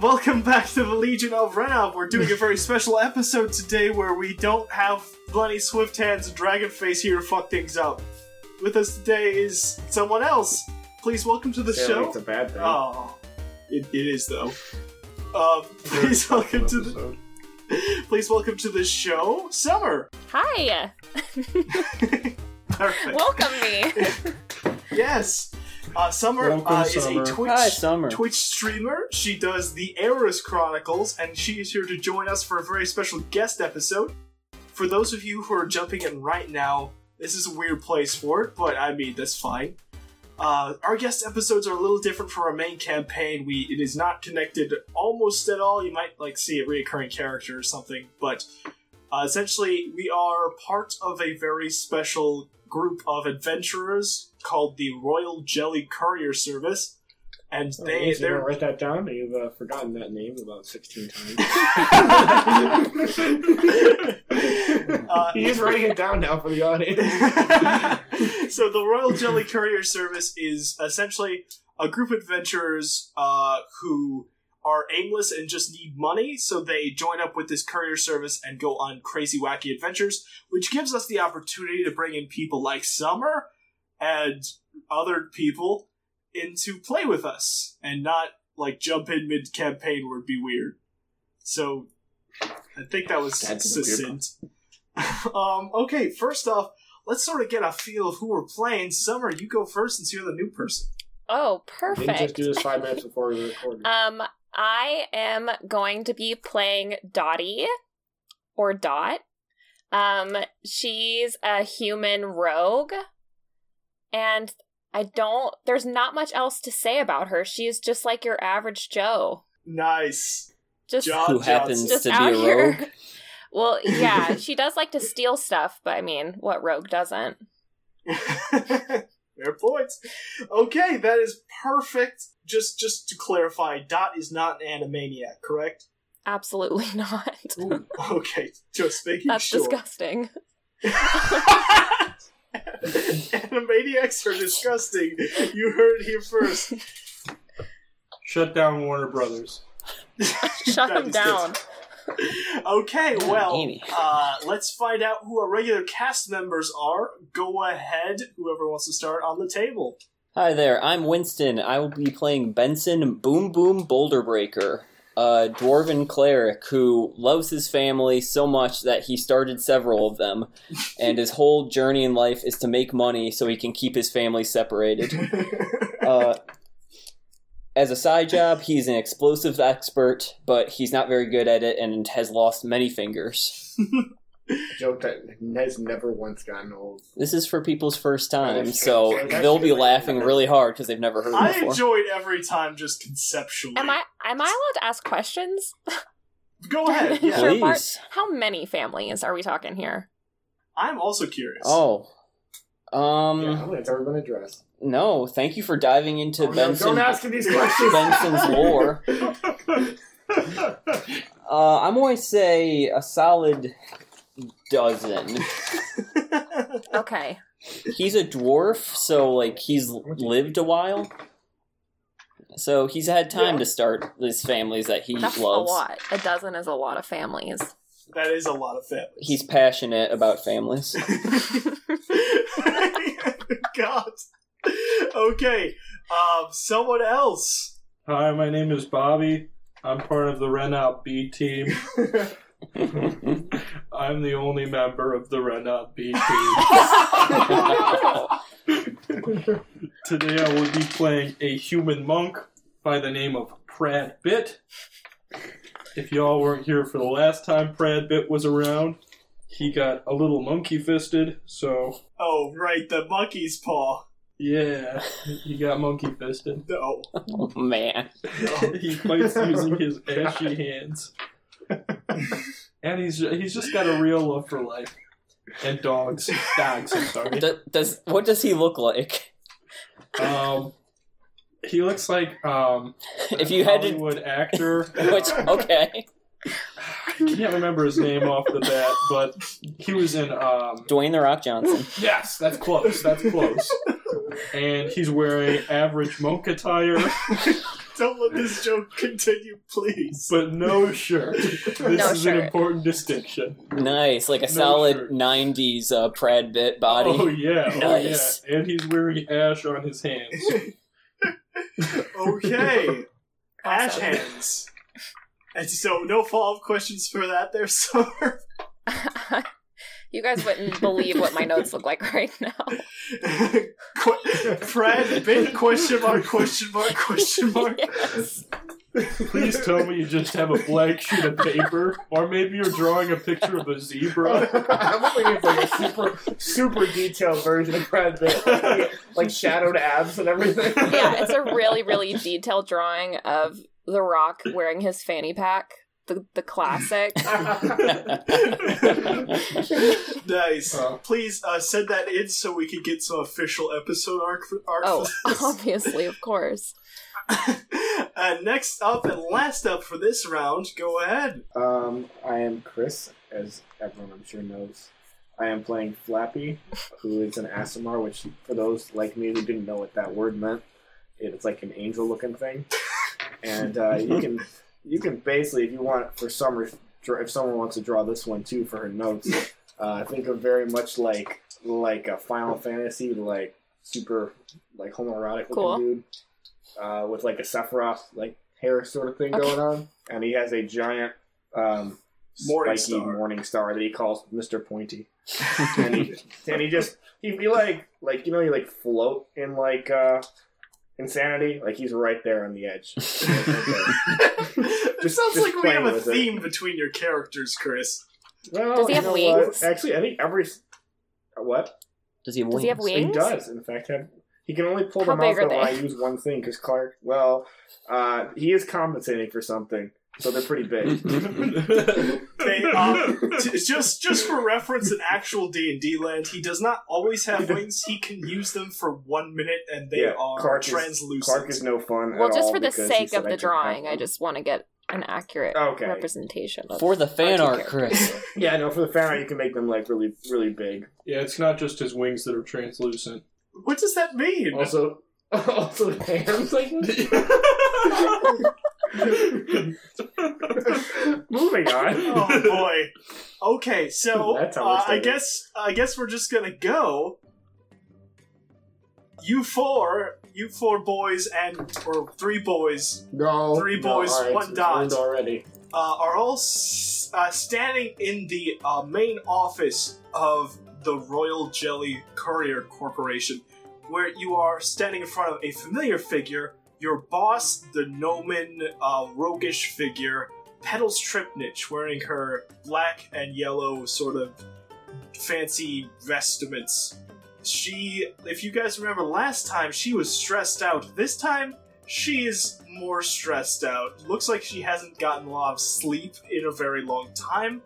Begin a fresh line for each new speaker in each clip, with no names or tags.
Welcome back to the Legion of Renob. We're doing a very special episode today where we don't have Bloody Swift Hands and Dragonface here to fuck things up. With us today is someone else. Please welcome to the
Say
show.
like it's a bad thing.
Oh, it, it is though. Uh, please welcome to the
Episode.
please welcome to the show, Summer.
Hi!
Perfect.
Welcome me!
yes, uh, Summer
Welcome,
uh,
Summer.
is a Twitch
Hi, Summer.
Twitch streamer. She does the Eris Chronicles, and she is here to join us for a very special guest episode. For those of you who are jumping in right now, this is a weird place for it, but I mean that's fine. Uh, our guest episodes are a little different from our main campaign. We it is not connected almost at all. You might like see a reoccurring character or something, but uh, essentially we are part of a very special group of adventurers called the Royal Jelly Courier Service, and
Oh,
they
so you
they're
don't write that down. You've uh, forgotten that name about sixteen times.
Uh,
He's writing it down now for the audience.
so the Royal Jelly Courier Service is essentially a group of adventurers uh, who are aimless and just need money, so they join up with this courier service and go on crazy, wacky adventures, which gives us the opportunity to bring in people like Summer and other people in to play with us and not like jump in mid campaign would be weird. So I think that was
That's a weird
succinct. um, okay, first off, let's sort of get a feel of who we're playing. Summer, you go first since you're the new person.
Oh,
Didn't just
perfect.
do this five minutes before we recorded.
Um, I am going to be playing Dottie, or Dot. Um, she's a human rogue, and I don't, there's not much else to say about her. She is just like your average Joe.
Nice.
Just,
John
Who
Johnson.
happens
just
to be
out
a rogue?
here. Well, yeah, she does like to steal stuff, but I mean, what rogue doesn't?
Fair points. Okay, that is perfect. Just just to clarify, Dot is not an animaniac, correct?
Absolutely not.
Ooh,
Okay, just making
That's
sure.
disgusting.
Animaniacs are disgusting. You heard it here first.
Shut down Warner Brothers.
Shut
That
him
is
down.
Okay, well,
Amy.
uh, let's find out who our regular cast members are. Go ahead, whoever wants to start on the table.
Hi there, I'm Winston. I will be playing Benson Boom Boom Boulder Breaker, a dwarven cleric who loves his family so much that he started several of them, and his whole journey in life is to make money so he can keep his family separated. Uh, as a side job, he's an explosive expert, but he's not very good at it and has lost many fingers.
joke that has never once gotten old.
This is for people's first time,
That is
so
true.
they'll be laughing really hard because they've never heard it
I
before.
enjoyed every time just conceptually.
Am I am I allowed to ask questions?
Go ahead. Yeah.
Sure, Bart.
Please.
How many families are we talking here?
I'm also curious.
Oh. Um
Yeah, it's already been addressed.
no, thank you for diving into
Oh, no,
Benson
don't ask him these questions.
Benson's lore. Uh I'm going to say a solid dozen.
Okay.
He's a dwarf, so like he's lived a while. So he's had time
Yeah.
to start his families that he
That's
loves.
a lot. A dozen is a lot of families.
That is a lot of families.
He's passionate about families.
God. Okay. Um, someone else.
Hi, my name is Bobby. I'm part of the Renout B team. I'm the only member of the Renout B team. Today I will be playing a human monk by the name of Prad Bit. If y'all weren't here for the last time Prad Bit was around, he got a little monkey fisted, so
Oh, right, the monkey's paw.
yeah, he got monkey fisted.
No.
oh man.
he fights using his ashy hands. and he's he's just got a real love for life. And dogs. Dogs, I'm sorry.
Do- does what does he look like?
Um he looks like um
If
a
you had to
Hollywood actor.
which okay.
I can't remember his name off the bat, but he was in um
Dwayne the Rock Johnson.
Yes, that's close, that's close. And he's wearing average monk attire.
Don't let this joke continue, please.
but no shirt. This
No
is an
shirt.
important distinction.
Nice, like a
No
solid
shirt.
90s uh, Prad Bit body.
Oh yeah, oh
Nice.
yeah. And he's wearing ash on his hands.
okay. Ash
Awesome.
hands. And so, no follow up questions for that there, sir.
you guys wouldn't believe what my notes look like right now.
Qu- Fred, big question mark, question mark, question mark.
yes.
Please tell me you just have a blank sheet of paper, or maybe you're drawing a picture of a zebra.
I'm hoping it's like a super, super detailed version of Brad Pitt, like, like shadowed abs and everything.
Yeah, it's a really, really detailed drawing of The Rock wearing his fanny pack, the, the classic.
Nice.
Oh.
Please uh, send that in so we can get some official episode arc for, arc
Oh,
for this.
obviously, of course.
uh, next up and last up for this round, go ahead.
Um, I am Chris, as everyone I'm sure knows. I am playing Flappy, who is an Asimar, which for those like me who didn't know what that word meant, it's like an angel-looking thing. And uh, you can you can basically, if you want, for summer, if someone wants to draw this one too for her notes, uh, think of very much like like a Final Fantasy, like super like homoerotic looking
Cool.
dude uh, with like a Sephiroth like hair sort of thing
Okay.
going on, and he has a giant um,
Morning
spiky
star.
morning star that he calls Mister Pointy, and he and he just he'd be like like you know you like float in like uh, insanity, like he's right there on the edge. Like, okay.
it
Just-
sounds
just
like we
playing
have a
with it.
theme between your characters, Chris.
Well,
Does he
you
have
know
wings?
What? Actually, I think every what
Does he have
Does he have
he
wings?
does in fact have. He can only pull
How
them out
big are
though when I
they?
use one thing because Clark. Well, uh, he is compensating for something, so they're pretty big.
They, um, j- just just for reference, in actual D and D land, he does not always have wings. He can use them for one minute, and they are
Clark
translucent.
Is, Clark is no fun.
Well,
at
just
all
for the
because he
sake
said
of
I
the
could
drawing,
have
I
them.
just want to get an accurate
Okay.
representation of
For the fan
our two
art, Chris.
Yeah, no, for the fan art, you can make them like really, really big.
yeah, it's not just his wings that are translucent.
what does that mean?
Also, also the hands like moving on.
oh boy. Okay, so
That's how we're
uh, I
starting.
guess I guess we're just gonna go. You four, you four boys, and or three boys
No,
Three boys,
all
one
it's
dot.
ruined already.
uh, are all s- uh, standing in the uh, main office of the Royal Jelly Courier Corporation, where you are standing in front of a familiar figure, your boss, the gnomon uh, roguish figure, Petals Tripnich, wearing her black and yellow sort of fancy vestments. She, if you guys remember last time, she was stressed out. This time, she is more stressed out. Looks like she hasn't gotten a lot of sleep in a very long time.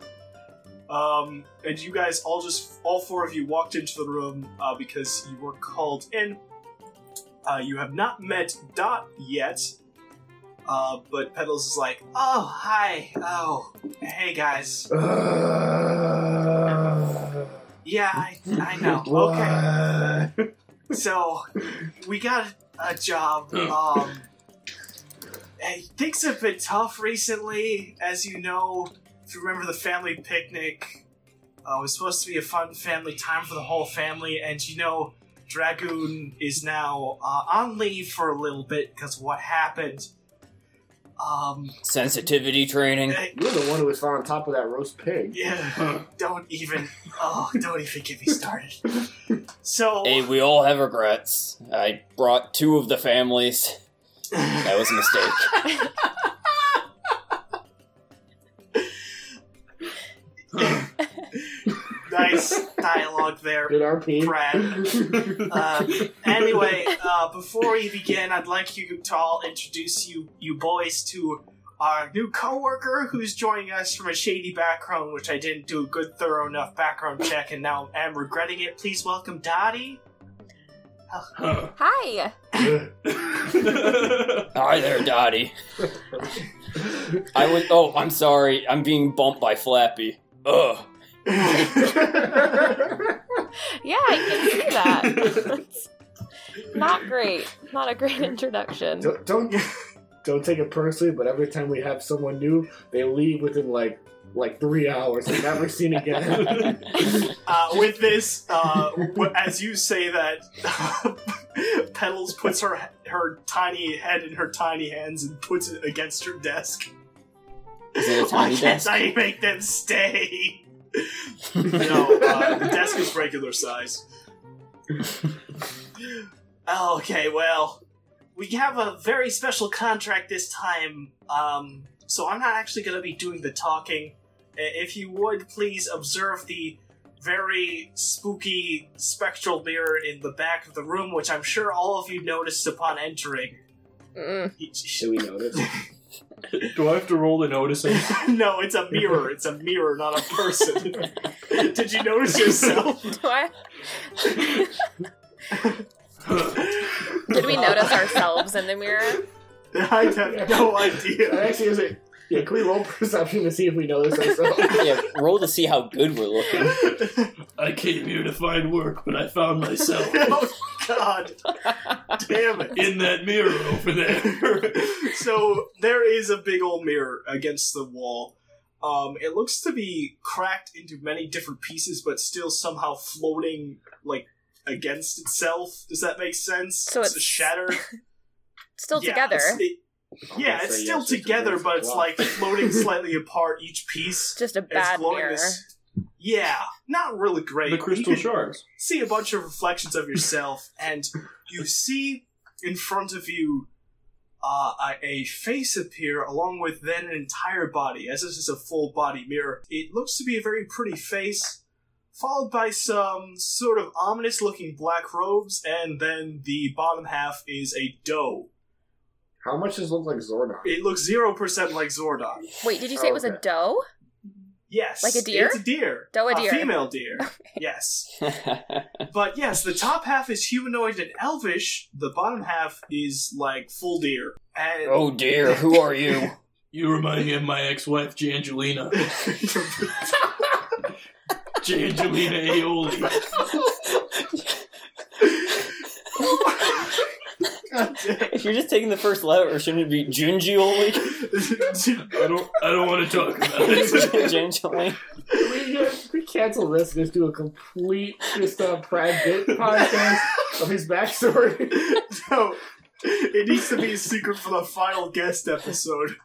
Um, and you guys all just, all four of you walked into the room uh, because you were called in. Uh, you have not met Dot yet, uh, but Petals is like, oh, hi, oh, hey guys. Yeah, I, I know. Okay. So we got a job. Um, and things have been tough recently, as you know. If you remember the family picnic, uh, it was supposed to be a fun family time for the whole family, and you know, Dragoon is now uh, on leave for a little bit because what happened. Um,
Sensitivity training.
eh,
You're the one who was found on top of that roast pig.
yeah, don't even, oh, don't even get me started. So,
Hey, we all have regrets. I brought two of the families. That was a mistake.
nice dialogue there,
Good RP.
Brad. Uh, anyway, uh, before we begin, I'd like you to all introduce you, you boys, to our new coworker who's joining us from a shady background, which I didn't do a good, thorough enough background check, and now am regretting it. Please welcome Dottie.
Hi.
Hi there, Dottie. I was. Oh, I'm sorry. I'm being bumped by Flappy. Ugh.
Yeah, I can see that. That's not great. Not a great introduction.
don't, don't Don't take it personally, but every time we have someone new, they leave within like like three hours. They're never seen again.
Uh, with this, uh, w- as you say that, Petals puts her her tiny head in her tiny hands and puts it against her desk.
Is it a
Why
tiny
can't
desk?
I make them stay? no, uh, the desk is regular size. okay, well, we have a very special contract this time, um, so I'm not actually going to be doing the talking. I- If you would please observe the very spooky spectral mirror in the back of the room, which I'm sure all of you noticed upon entering.
Mm.
Do we notice?
Do I have to roll to notice it?
no, it's a mirror. It's a mirror, not a person. Did you notice yourself?
Do I- Did we notice ourselves in the mirror?
I have no idea.
Actually, is it? Yeah, can we roll perception to see if we notice ourselves?
yeah, roll to see how good we're looking.
I came here to find work, but I found myself
oh god damn it
in that mirror over there.
so there is a big old mirror against the wall um, it looks to be cracked into many different pieces but still somehow floating like against itself does that make sense
So it's
shattered
Still
Yeah,
together.
it's- it- yeah
I'll
it's
say
still
yes, just
together
raise
but
the
it's
block.
like floating slightly apart each piece
Just a
It's
bad
floating
mirror.
this- yeah not really great
the crystal
You can-
shards.
see a bunch of reflections of yourself, and you see in front of you uh, a, a face appear along with then an entire body, as this is a full body mirror. It looks to be a very pretty face, followed by some sort of ominous looking black robes, and then the bottom half is a doe.
How much does it look like Zordon?
It looks 0% like Zordon.
Wait, did you say it was a
Okay.
doe?
Yes.
Like a deer?
It's a deer.
Doe a deer.
female deer. Yes. But yes, the top half is humanoid and elvish. The bottom half is like full deer. And
oh dear, who are you?
You remind me of my ex-wife, Jangelina. Jangelina Aioli.
If you're just taking the first letter, shouldn't it be Junjioli?
I don't. I don't want to talk about it.
Junjioli?
we, just- we cancel this and just do a complete just uh, Brad Pitt podcast of his backstory.
no, it needs to be a secret for the final guest episode,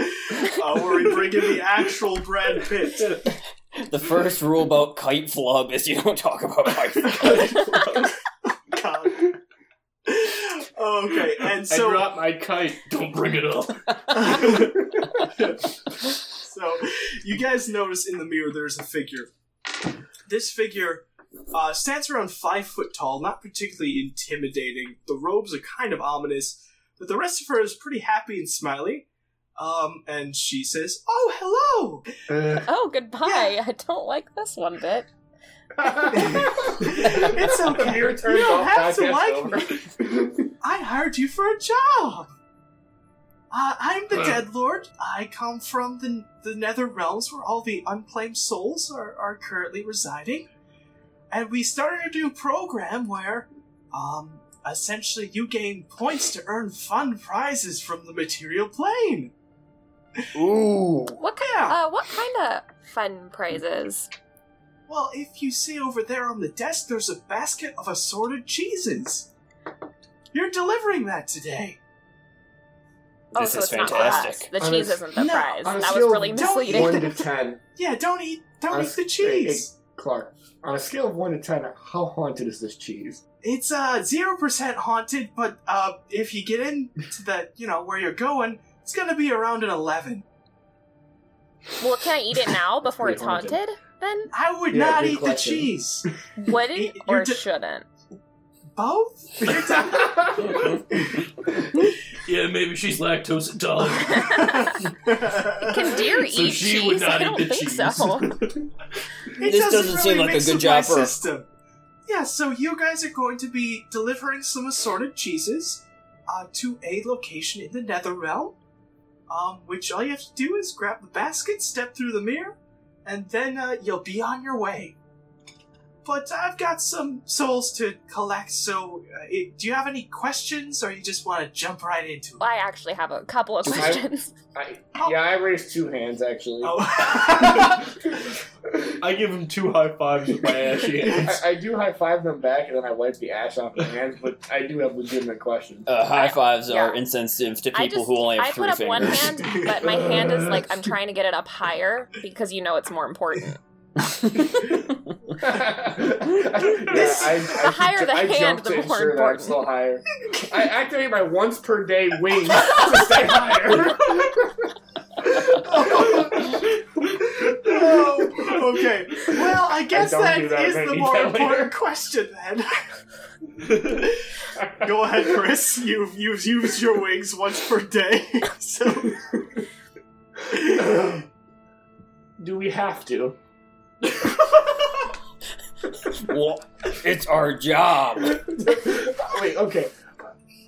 uh, where we bring in the actual Brad Pitt.
The first rule about kite flub is you don't talk about kite flub.
God. Okay, and so
I dropped my kite. Don't bring it up.
so you guys notice in the mirror there's a figure this figure uh, stands around five foot tall not particularly intimidating the robes are kind of ominous but the rest of her is pretty happy and smiley um, and she says oh hello
Oh, goodbye. I don't like this one bit.
it's okay you
Your turn,
don't
Bob.
have to
Podcast
like
over.
me I hired you for a job. Uh, I'm the
Huh.
Dead Lord. I come from the the Nether realms, where all the unclaimed souls are, are currently residing, and we started a new program where, um, essentially you gain points to earn fun prizes from the material plane.
Ooh.
What kind?
Yeah.
Uh, what kind of fun prizes?
Well, if you see over there on the desk, there's a basket of assorted cheeses. You're delivering that today.
Oh,
This
so
is
it's
On
not the prize.
fantastic.
The cheese
a-
isn't the
No,
prize.
on a
That was
scale
really
of
don't
misleading.
one to ten,
Yeah, don't eat,
I
don't eat
was-
the cheese.
Clark. On a scale of one to ten, how haunted is this cheese?
It's uh zero percent haunted, but uh if you get into the you know where you're going, it's gonna be around an eleven.
Well, can I eat it now before
Pretty
it's
haunted.
haunted? Then
I would
Yeah,
not
good
eat
question.
the cheese.
would
You-
it
you
or
d-
shouldn't?
Both? You're talking-
Yeah, maybe she's lactose intolerant.
Can deer
So
eat
she
cheese?
would not
I don't
eat the
think so.
It
This doesn't seem like a
mix
good
with
job
my
for a-
system. Yeah, so you guys are going to be delivering some assorted cheeses uh, to a location in the Nether realm. Um, which all you have to do is grab the basket, step through the mirror, and then uh, you'll be on your way. but I've got some souls to collect. So, uh, it, do you have any questions, or you just want to jump right into it?
I actually have a couple of
Do I-
questions.
I, yeah, I raised two hands actually.
Oh.
I give him two high fives with my ashy hand.
I, I do high five them back and then I wipe the ash off my hands, but I do have legitimate questions.
Uh, high
I-
fives are
yeah.
insensitive to
I
people
just-
who only have
I
three
put up
fingers.
one hand, but my hand is like I'm trying to get it up higher because you know it's more important.
this,
the higher the hand, the more important.
That I'm still higher. I activate my once per day wing to stay higher.
Oh, okay. Well, I guess
don't
that
do
is
that, I
the
need
more
that later.
important question then. Go ahead, Chris. You've you've used your wings once per day, so
Do we have to?
well, it's our job.
Wait, okay.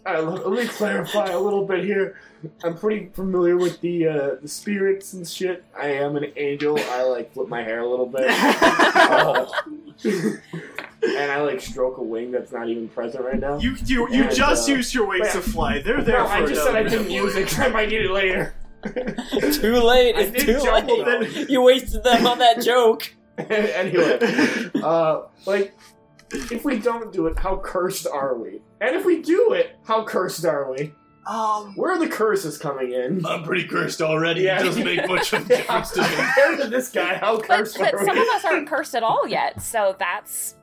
Alright, let, let me clarify a little bit here. I'm pretty familiar with the uh, the spirits and shit. I am an angel. I like flip my hair a little bit. and I like stroke a wing that's not even present right now.
you you you
And,
just
uh,
used your wings to
wait,
fly. They're there
no,
for
I just said I
another
didn't use it because I might need it later.
Too late.
I
It's
did
too
jump
late.
on
You wasted them on that joke.
anyway, uh, like, if we don't do it, how cursed are we? And if we do it, how cursed are we?
Um,
Where are the curses coming in?
I'm pretty cursed already.
Yeah.
It doesn't make much of a
Yeah,
difference to me.
compared to this guy, how
But,
cursed
but
are
some
we?
of us aren't cursed at all yet, so that's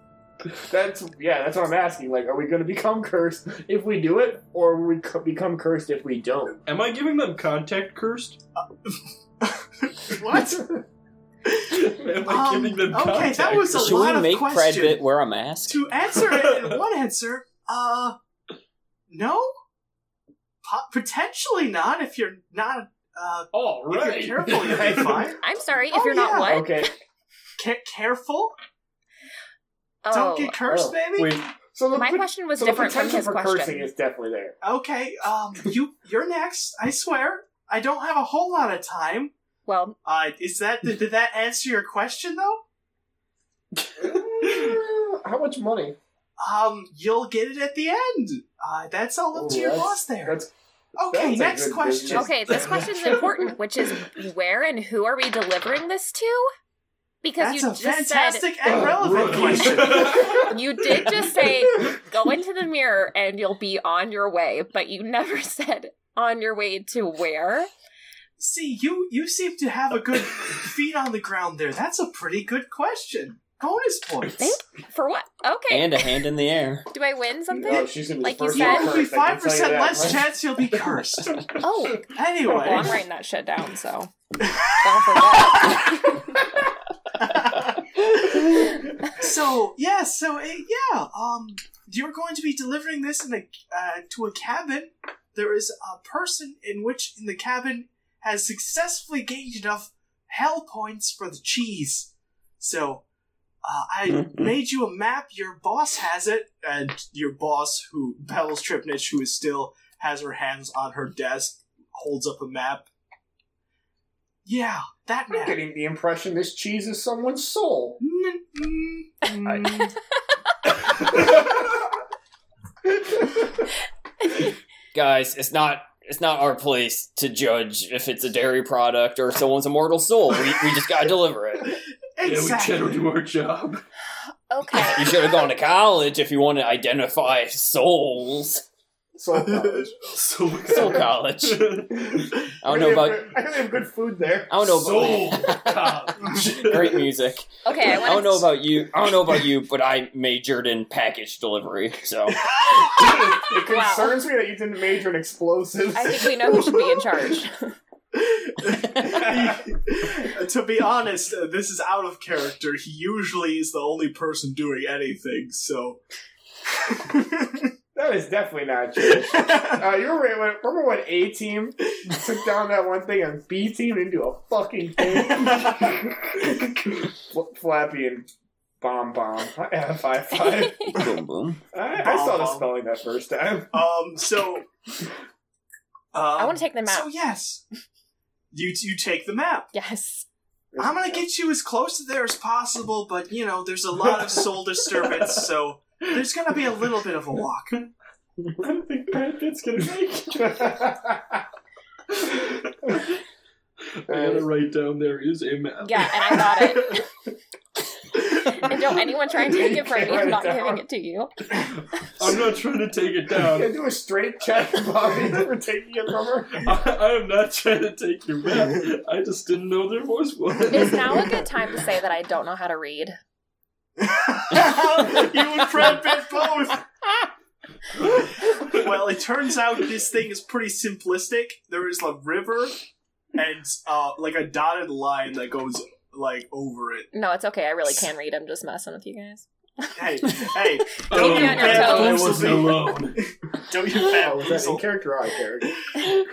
That's yeah, that's what I'm asking. Like, are we going to become cursed if we do it, or will we co- become cursed if we don't?
Am I giving them contact cursed?
what?
Am I
Um,
giving them
okay,
contact?
that was a
cursed?
Should
lot
we
of
make
questions.
Pradbit wear a mask?
To answer it in one answer, uh, no, Po- potentially not if you're not uh
All right.
if you're careful, you'll be fine.
I'm sorry if
Oh,
you're not
yeah.
what?
Okay,
Ca- careful,
Oh,
don't get cursed,
oh,
maybe.
Wait,
so the,
my question was
so the
different from
potential
his
for cursing
question.
is definitely there.
Okay, um, you you're next. I swear, I don't have a whole lot of time.
Well,
Uh, is that did, did that answer your question though?
Uh, how much money?
Um, you'll get it at the end. Uh, that's all up to
Ooh,
your
Oh, that's-
boss there.
That's
Okay,
that's
next
a good
question.
business.
okay, this question's important, which is where and who are we delivering this to? Because
That's
you
a
just
fantastic and
Oh,
relevant
Rookie.
question.
said you did just say go into the mirror and you'll be on your way, but you never said on your way to where?
See, you you seem to have a good feet on the ground there. That's a pretty good question. Bonus points.
Thank For what? Okay.
And a hand in the air.
Do I win something?
Oh, she's gonna be
Like
the
you
first
You
said-
one
will be
cursed, I
five
can tell you
percent
that
less
much.
chance you'll be cursed.
oh, well, I'm
Anyway,
writing that shit down, so don't forget.
so yeah, so eh, yeah, um, you're going to be delivering this in a uh, to a cabin. There is a person in which in the cabin has successfully gained enough hell points for the cheese. So uh, I
Mm-hmm.
made you a map. Your boss has it, and your boss, who Bells Tripnich, who is still has her hands on her desk, holds up a map. Yeah, that
I'm
map.
getting the impression this cheese is someone's soul.
Mm, mm, mm.
Guys, it's not it's not our place to judge if it's a dairy product or if someone's a mortal soul. We, we just gotta deliver it.
yeah, we better
exactly.
do our job.
okay.
You should have gone to college if you want to identify souls.
Soul college.
So we
Soul college. I don't know about
I think they have good food there.
I don't know
Soul
about
college.
great music.
Okay, I
I don't
want
know
to.
about you. I don't know about you, but I majored in package delivery. So
It concerns me that you didn't major in explosives.
I think we know who should be in charge.
to be honest, uh, this is out of character. He usually is the only person doing anything, so.
that is definitely not true. Uh, you remember when, remember when A team took down that one thing and B team didn't do a fucking thing? Fl- Flappy and Bomb Bomb. I had a five five.
boom boom.
I, I
Bomb
saw the
Bomb.
spelling that first time.
um, so. um,
I want to take the map.
So, yes. You, you take the map.
yes.
I'm gonna get you as close to there as possible, but you know, there's a lot of soul disturbance, so there's gonna be a little bit of a walk.
I don't think Brad Pitt's gonna make it. I gotta write down there is a map.
Yeah, and I got it. And don't anyone try and take it from me. I'm not giving it to you.
I'm not trying to take it
Can
down.
do a straight check, Bobby, for taking it from her.
I, I am not trying to take your map. I just didn't know there was one.
Is now a good time to say that I don't know how to read?
you and Brad Pitt both. Well, it turns out this thing is pretty simplistic. There is a river and uh, like a dotted line that goes like over it.
No, it's okay. I really can read. I'm just messing with you guys.
Hey, hey,
Don't be on your toes.
Oh, I wasn't alone.
don't you
Oh,
fat
was that in
weasel.
character or out of character?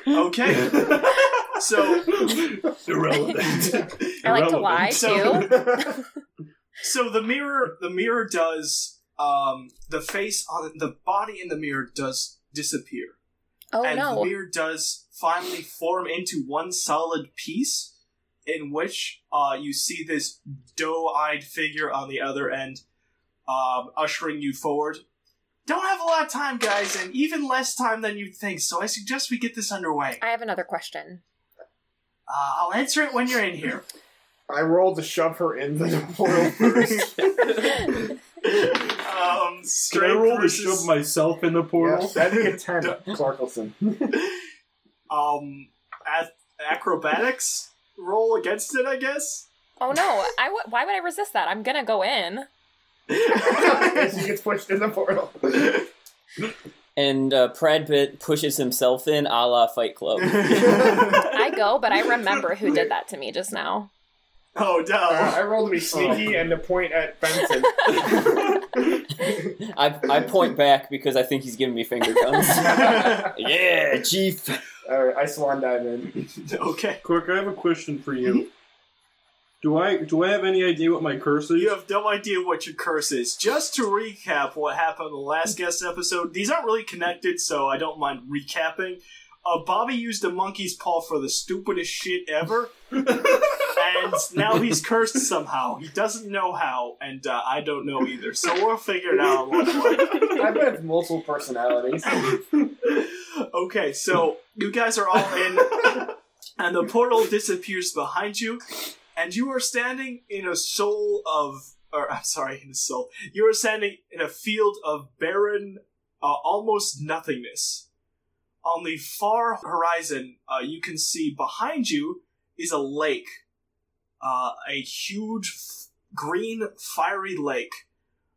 Okay, so
Irrelevant.
I like to
Irrelevant.
lie
So-
too.
so the mirror the mirror does um the face on the body in the mirror does disappear
Oh
and the
no.
mirror does finally form into one solid piece in which uh you see this doe-eyed figure on the other end um ushering you forward don't have a lot of time guys and even less time than you'd think so i suggest we get this underway
I have another question.
uh, i'll answer it when you're in here
I rolled to shove her in the portal first.
Oh,
um
Can I
strength
roll to
versus-
shove myself in the
yeah,
portal?
that'd be a 10, Clarkelson.
um ath- acrobatics roll against it, I guess.
Oh no. I w- why would I resist that? I'm gonna go in.
she gets pushed in the portal.
And uh, Brad Pitt pushes himself in a la Fight Club.
I go, but I remember who did that to me just now.
oh
Uh,
duh.
I rolled to be
Oh.
sneaky and to point at Benson.
I, I point back because I think he's giving me finger guns. yeah, chief.
Alright, I swan dive in.
okay.
Cork, I have a question for you. Do I do I have any idea what my curse is?
You have no idea what your curse is. Just to recap what happened in the last guest episode, these aren't really connected, so I don't mind recapping. Uh, Bobby used a monkey's paw for the stupidest shit ever, and now he's cursed somehow. He doesn't know how, and uh, I don't know either. So we'll figure it out along the way.
I bet it's multiple personalities.
Okay, so you guys are all in, and the portal disappears behind you, and you are standing in a soul of, or I'm sorry, in a soul. You are standing in a field of barren, uh, almost nothingness. On the far horizon, uh, you can see behind you is a lake, uh, a huge, f- green, fiery lake.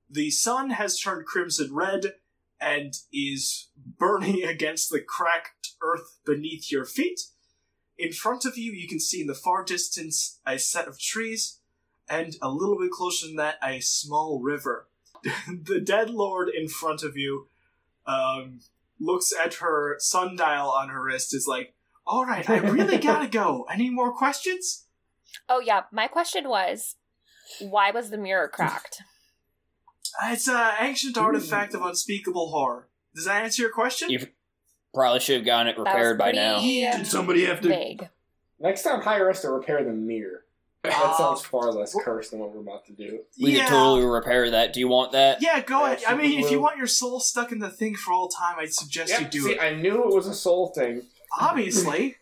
The sun has turned crimson red and is burning against the cracked earth beneath your feet. In front of you, you can see in the far distance a set of trees, and a little bit closer than that, a small river. the dead lord in front of you um, looks at her sundial on her wrist, is like, All right, I really gotta go. Any more questions?
Oh yeah, my question was why was the mirror cracked?
It's an ancient artifact of unspeakable horror. Does that answer your question?
You probably should have gotten it
That was
repaired by
pretty
now.
Did somebody have to?
Vague.
Next time, hire us to repair the mirror.
Ah.
That
Uh,
sounds far less cursed than what we're about to do.
We could totally repair that. Do you want that?
Yeah, go ahead. I mean, if you
Well-
want your soul stuck in the thing for all time, I'd suggest you
Yep,
do
see,
it.
I knew it was a soul thing.
Obviously.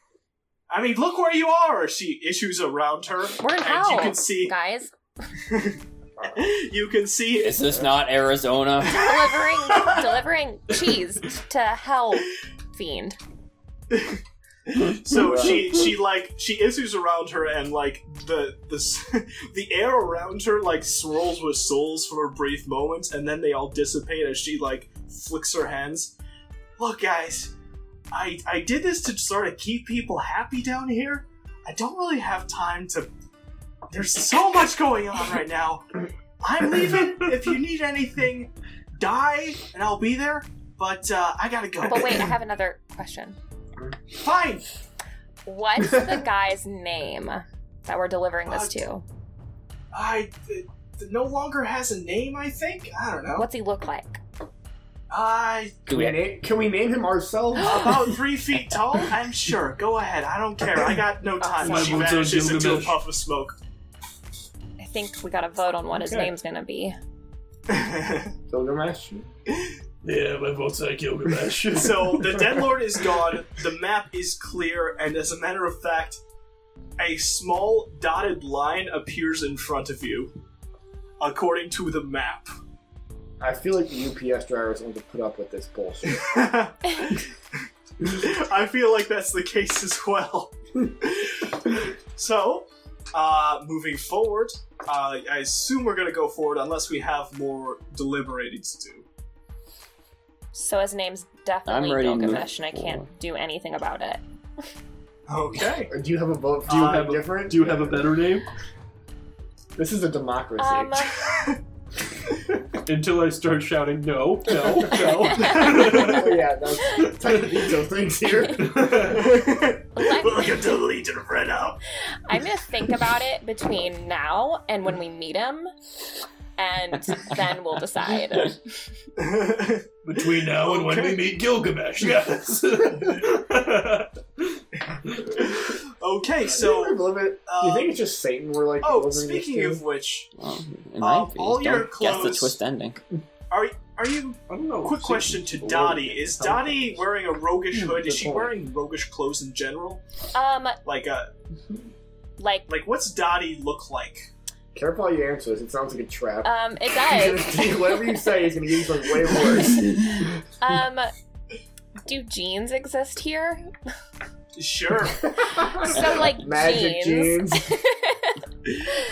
I mean, look where you are. She issues around her,
We're in
and
hell,
you can see
guys.
you can see
Is this not Arizona?
Delivering delivering cheese to hell fiend.
So
Wow.
she she like she issues around her and like the the s- the air around her like swirls with souls for a brief moment and then they all dissipate as she like flicks her hands. Look, guys, I I did this to sort of keep people happy down here. I don't really have time to. There's so much going on right now. I'm leaving. If you need anything, die and I'll be there. But uh, I gotta go.
But wait, I have another question.
Fine.
What's the guy's name that we're delivering this to?
I th- th- no longer has a name. I think I don't know.
What's he look like?
I
Do
Can we,
we?
name, can we name him ourselves?
about three feet tall. I'm sure. Go ahead. I don't care. I got no time.
My
she
boots are
vanishes into a
Gilgamesh.
puff of smoke.
think we gotta vote on what his
Okay.
name's gonna be.
Gilgamesh?
Yeah, my vote's like Gilgamesh.
so the Dead Lord is gone. The map is clear, and as a matter of fact, a small dotted line appears in front of you, according to the map.
I feel like the UPS drivers only put up with this bullshit.
I feel like that's the case as well. so, uh, moving forward, uh, I assume we're going to go forward unless we have more deliberating to do.
So his name's definitely
ready to move
Gilgamesh, and I can't
forward.
do anything about it.
Okay.
Or do you have a vote?
do you
Uh,
have a,
different?
do you have a better name?
This is a democracy.
Um,
Until I start shouting, no, no, no.
oh yeah, that's tiny veto things here.
Look at the Legion red up.
I'm gonna think about it between now and when we meet him, and then we'll decide.
Between now and when we
Okay.
meet Gilgamesh, yes.
okay,
Do you,
so.
believe it? Do you
Um,
think it's just Satan we're like?
Oh,
delivering this
speaking
to?
of which,
Well, it
Uh,
might be.
all
Don't
your
guess
clothes-
the twist ending.
are you.
I don't know.
Quick question to Dottie. Is Dottie wearing a roguish
Hmm,
hood? Is she wearing roguish clothes in general?
Um,
Like, uh,
like,
like what's Dottie look like?
careful how you answer this. It sounds like a trap.
um, it
He's
does.
gonna- Whatever you say is gonna get you something way worse.
Um, do jeans exist here?
Sure.
So like
Magic jeans.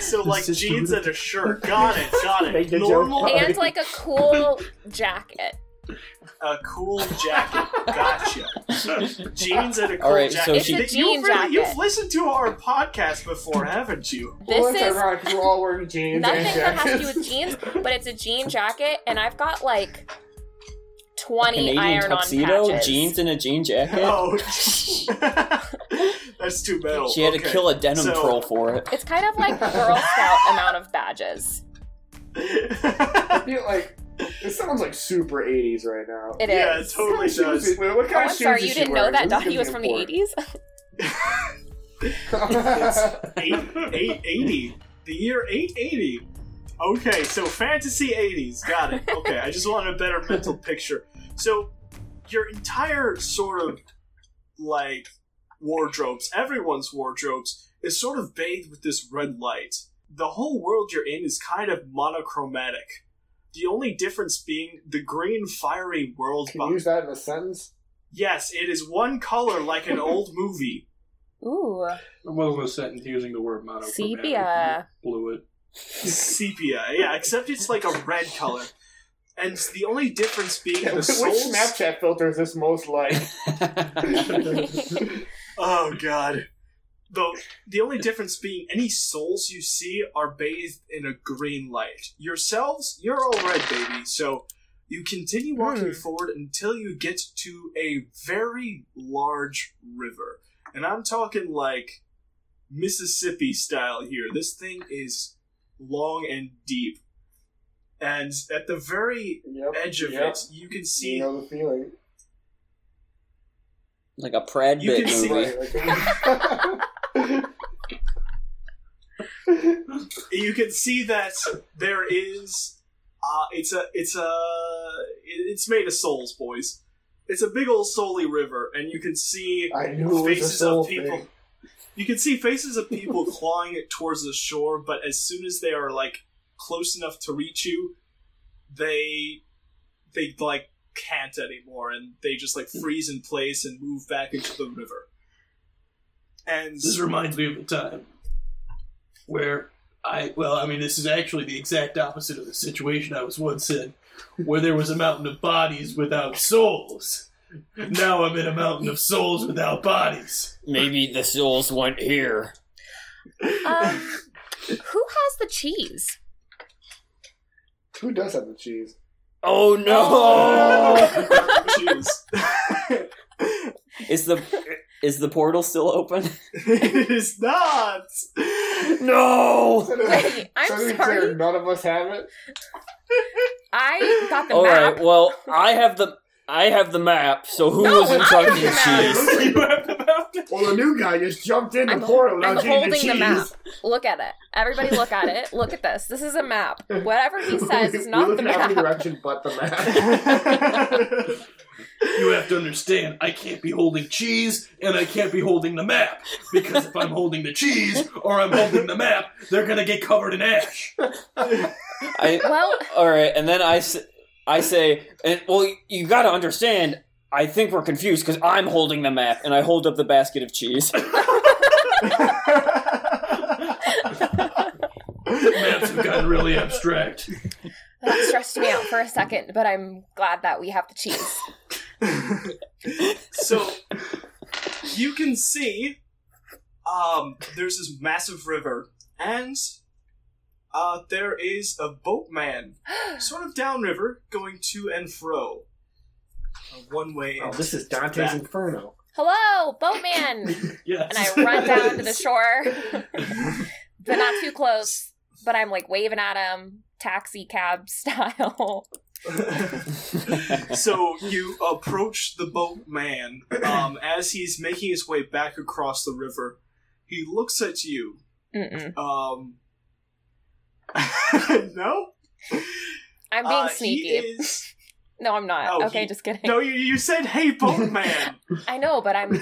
So like
This is
jeans
true.
and a shirt. Got it. Got
Make
it.
the joke.
Normal,
and like a cool jacket.
a cool jacket. Gotcha. Jeans and a cool
All right, so
jacket.
she-
It's a
you've,
jean jacket.
you've listened to our podcast before, haven't you?
well,
This
it's
is
ironic 'cause we're all wearing jeans
nothing
and
that has to do
jackets.
with jeans, but it's a jean jacket, and I've got like twenty
Canadian
iron-on
tuxedo,
patches.
jeans, and a jean jacket.
Oh, that's too metal.
she had to
Oh, Okay.
kill a denim
so-
troll for it.
It's kind of like Girl Scout amount of badges.
You're like, it sounds like super 80s right now.
It is.
yeah, it totally
What kind of shoes
does.
is- wait, what
Oh,
kind
I'm
of shoes
sorry,
is
you
she
didn't know
wearing?
that
This is
Dottie was from
gonna
the
be
'80s.
important.
Eight, eight eighty. The year eight eighty. Okay, so fantasy eighties. Got it. Okay, I just wanted a better mental picture. So your entire sort of like wardrobes, everyone's wardrobes, is sort of bathed with this red light. The whole world you're in is kind of monochromatic. The only difference being the green fiery world.
Can
bu-
you use that in a sentence?
yes, it is one color like an old movie.
Ooh,
I wasn't a sentence using the word monochromatic.
sepia.
Blew it.
sepia. Yeah, except it's like a red color. And the only difference being the
Which
souls.
Snapchat filter is this most like?
oh god. Though the only difference being any souls you see are bathed in a green light. Yourselves, you're all red, baby. So you continue walking
Hmm.
forward until you get to a very large river. And I'm talking like Mississippi style here. This thing is long and deep. And at the very
yep.
edge of
yep.
it, you can see
You know the feeling.
like a Prad
You
Pitt
can see-
movie.
Right, like-
you can see that there is uh, it's a it's a it's made of souls boys it's a big old soully river and you can see
I knew it was a
Faces of
soul
people.
thing.
you can see faces of people clawing it towards the shore but as soon as they are like close enough to reach you they they like can't anymore and they just like
Hmm.
freeze in place and move back into the river and
This reminds me of a time where I, well, I mean, this is actually the exact opposite of the situation I was once in, where there was a mountain of bodies without souls. Now I'm in a mountain of souls without bodies.
Maybe the souls went here.
Um, who has the cheese?
Who does have the cheese?
Oh no!
Oh, Jeez.
Is the is the portal still open?
it is not
no.
Wait,
So
I'm
to be
sorry.
Clear, none of us have it.
I got the
All
map.
right. Well, I have the I have the map. So who
No,
was in
I
charge
have
of
the
the
map.
cheese?
you have the mouth?
Well, the new guy just jumped in the
I'm-
portal without
I'm
getting
holding
cheese.
the map. Look at it. Everybody, look at it. Look at this. This is a map. Whatever he says is
We
not
look
the
in every
map.
direction but the map.
You have to understand, I can't be holding cheese and I can't be holding the map. Because if I'm holding the cheese or I'm holding the map, they're gonna get covered in ash.
I,
Well,
all right, and then I, s- I say, and, well, you, you got to understand. I think we're confused because I'm holding the map, and I hold up the basket of cheese.
Maps have gotten really abstract.
that stressed me out for a second, but I'm glad that we have the cheese.
so you can see um there's this massive river and uh there is a boatman sort of downriver going to and fro uh, one way
oh,
and
this is Dante's Inferno.
Hello, boatman!
Yes.
And I run down to the shore, but not too close. But I'm like waving at him, taxi cab style.
so you approach the boatman um, as he's making his way back across the river he looks at you
Mm-mm.
um no
I'm being
Uh, he
sneaky.
is-
No, I'm not.
Oh,
okay,
he-
just kidding.
No, you, you said, hey, boatman.
I know, but I'm.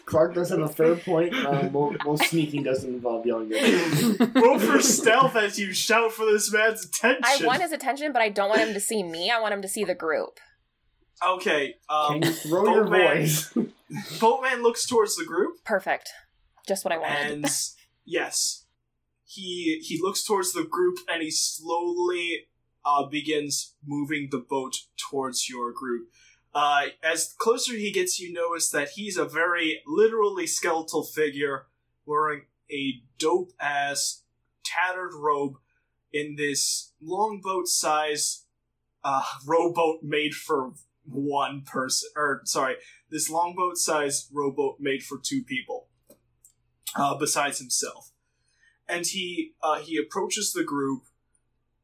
Clark does have a fair point. Uh, mo- most sneaking doesn't involve yelling at me.
Roll for stealth as you shout for this man's attention.
I want his attention, but I don't want him to see me. I want him to see the group.
okay,
Can
um,
you throw your
oh, man.
voice?
boatman looks towards the group
Perfect. Just what I wanted.
and yes, he he looks towards the group and he slowly uh, begins moving the boat towards your group. Uh, as closer he gets, you notice that he's a very literally skeletal figure wearing a dope ass tattered robe in this longboat size uh, rowboat made for one person, or sorry, this longboat size rowboat made for two people uh, besides himself. And he uh, he approaches the group,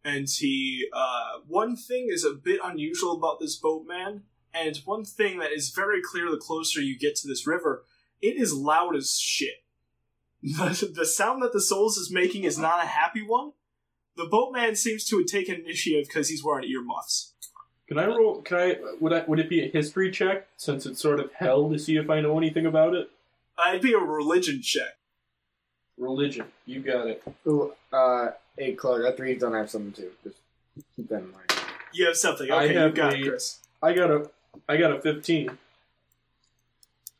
and he uh, one thing is a bit unusual about this boatman, and one thing that is very clear the closer you get to this river, it is loud as shit. The, the sound that the souls is making is not a happy one. The boatman seems to have taken initiative because he's wearing earmuffs.
Can I roll? Can I? Would I? Would it be a history check since it's sort of hell to see if I know anything about it?
Uh, it'd be a religion check.
Religion. You got it.
Ooh, uh, hey, Clark, I think you don't have something too. Just keep that in mind.
You have something.
I
Okay,
have
you got it,
the-
Chris.
I got a. I got a fifteen.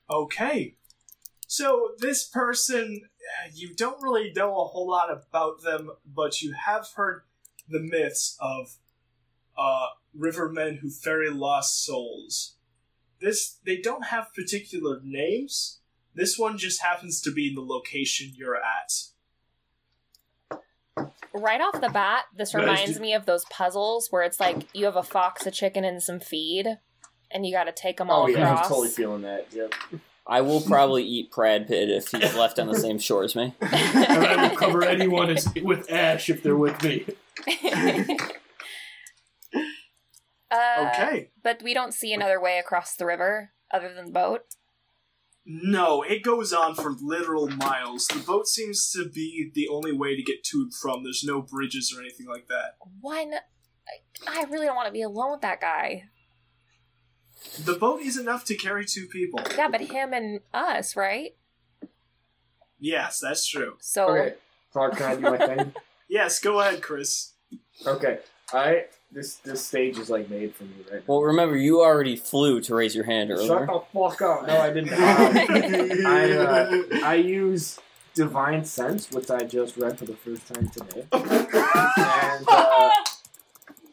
Okay. So this person, uh, you don't really know a whole lot about them, but you have heard the myths of uh, rivermen who ferry lost souls. This they don't have particular names. This one just happens to be in the location you're at.
Right off the bat, this
Guys,
reminds
do-
me of those puzzles where it's like you have a fox, a chicken, and some feed, and you got to take them all
Oh, I'm
across.
totally feeling that. Yep.
I will probably eat Brad Pitt if he's left on the same shore as me.
And I will cover anyone as, with ash if they're with me.
uh,
okay.
But we don't see another way across the river other than boat.
No, it goes on for literal miles. The boat seems to be the only way to get to and from. There's no bridges or anything like that.
One. I really don't want to be alone with that guy.
The boat is enough to carry two people.
Yeah, but him and us, right?
Yes, that's true.
So
Okay, Clark, can I do my thing?
Yes, go ahead, Chris.
Okay, I this this stage is like made for me right now.
Well, remember you already flew to raise your hand
Shut
earlier.
the fuck up! No, I didn't. Um, I, uh, I use divine sense, which I just read for the first time today, and uh,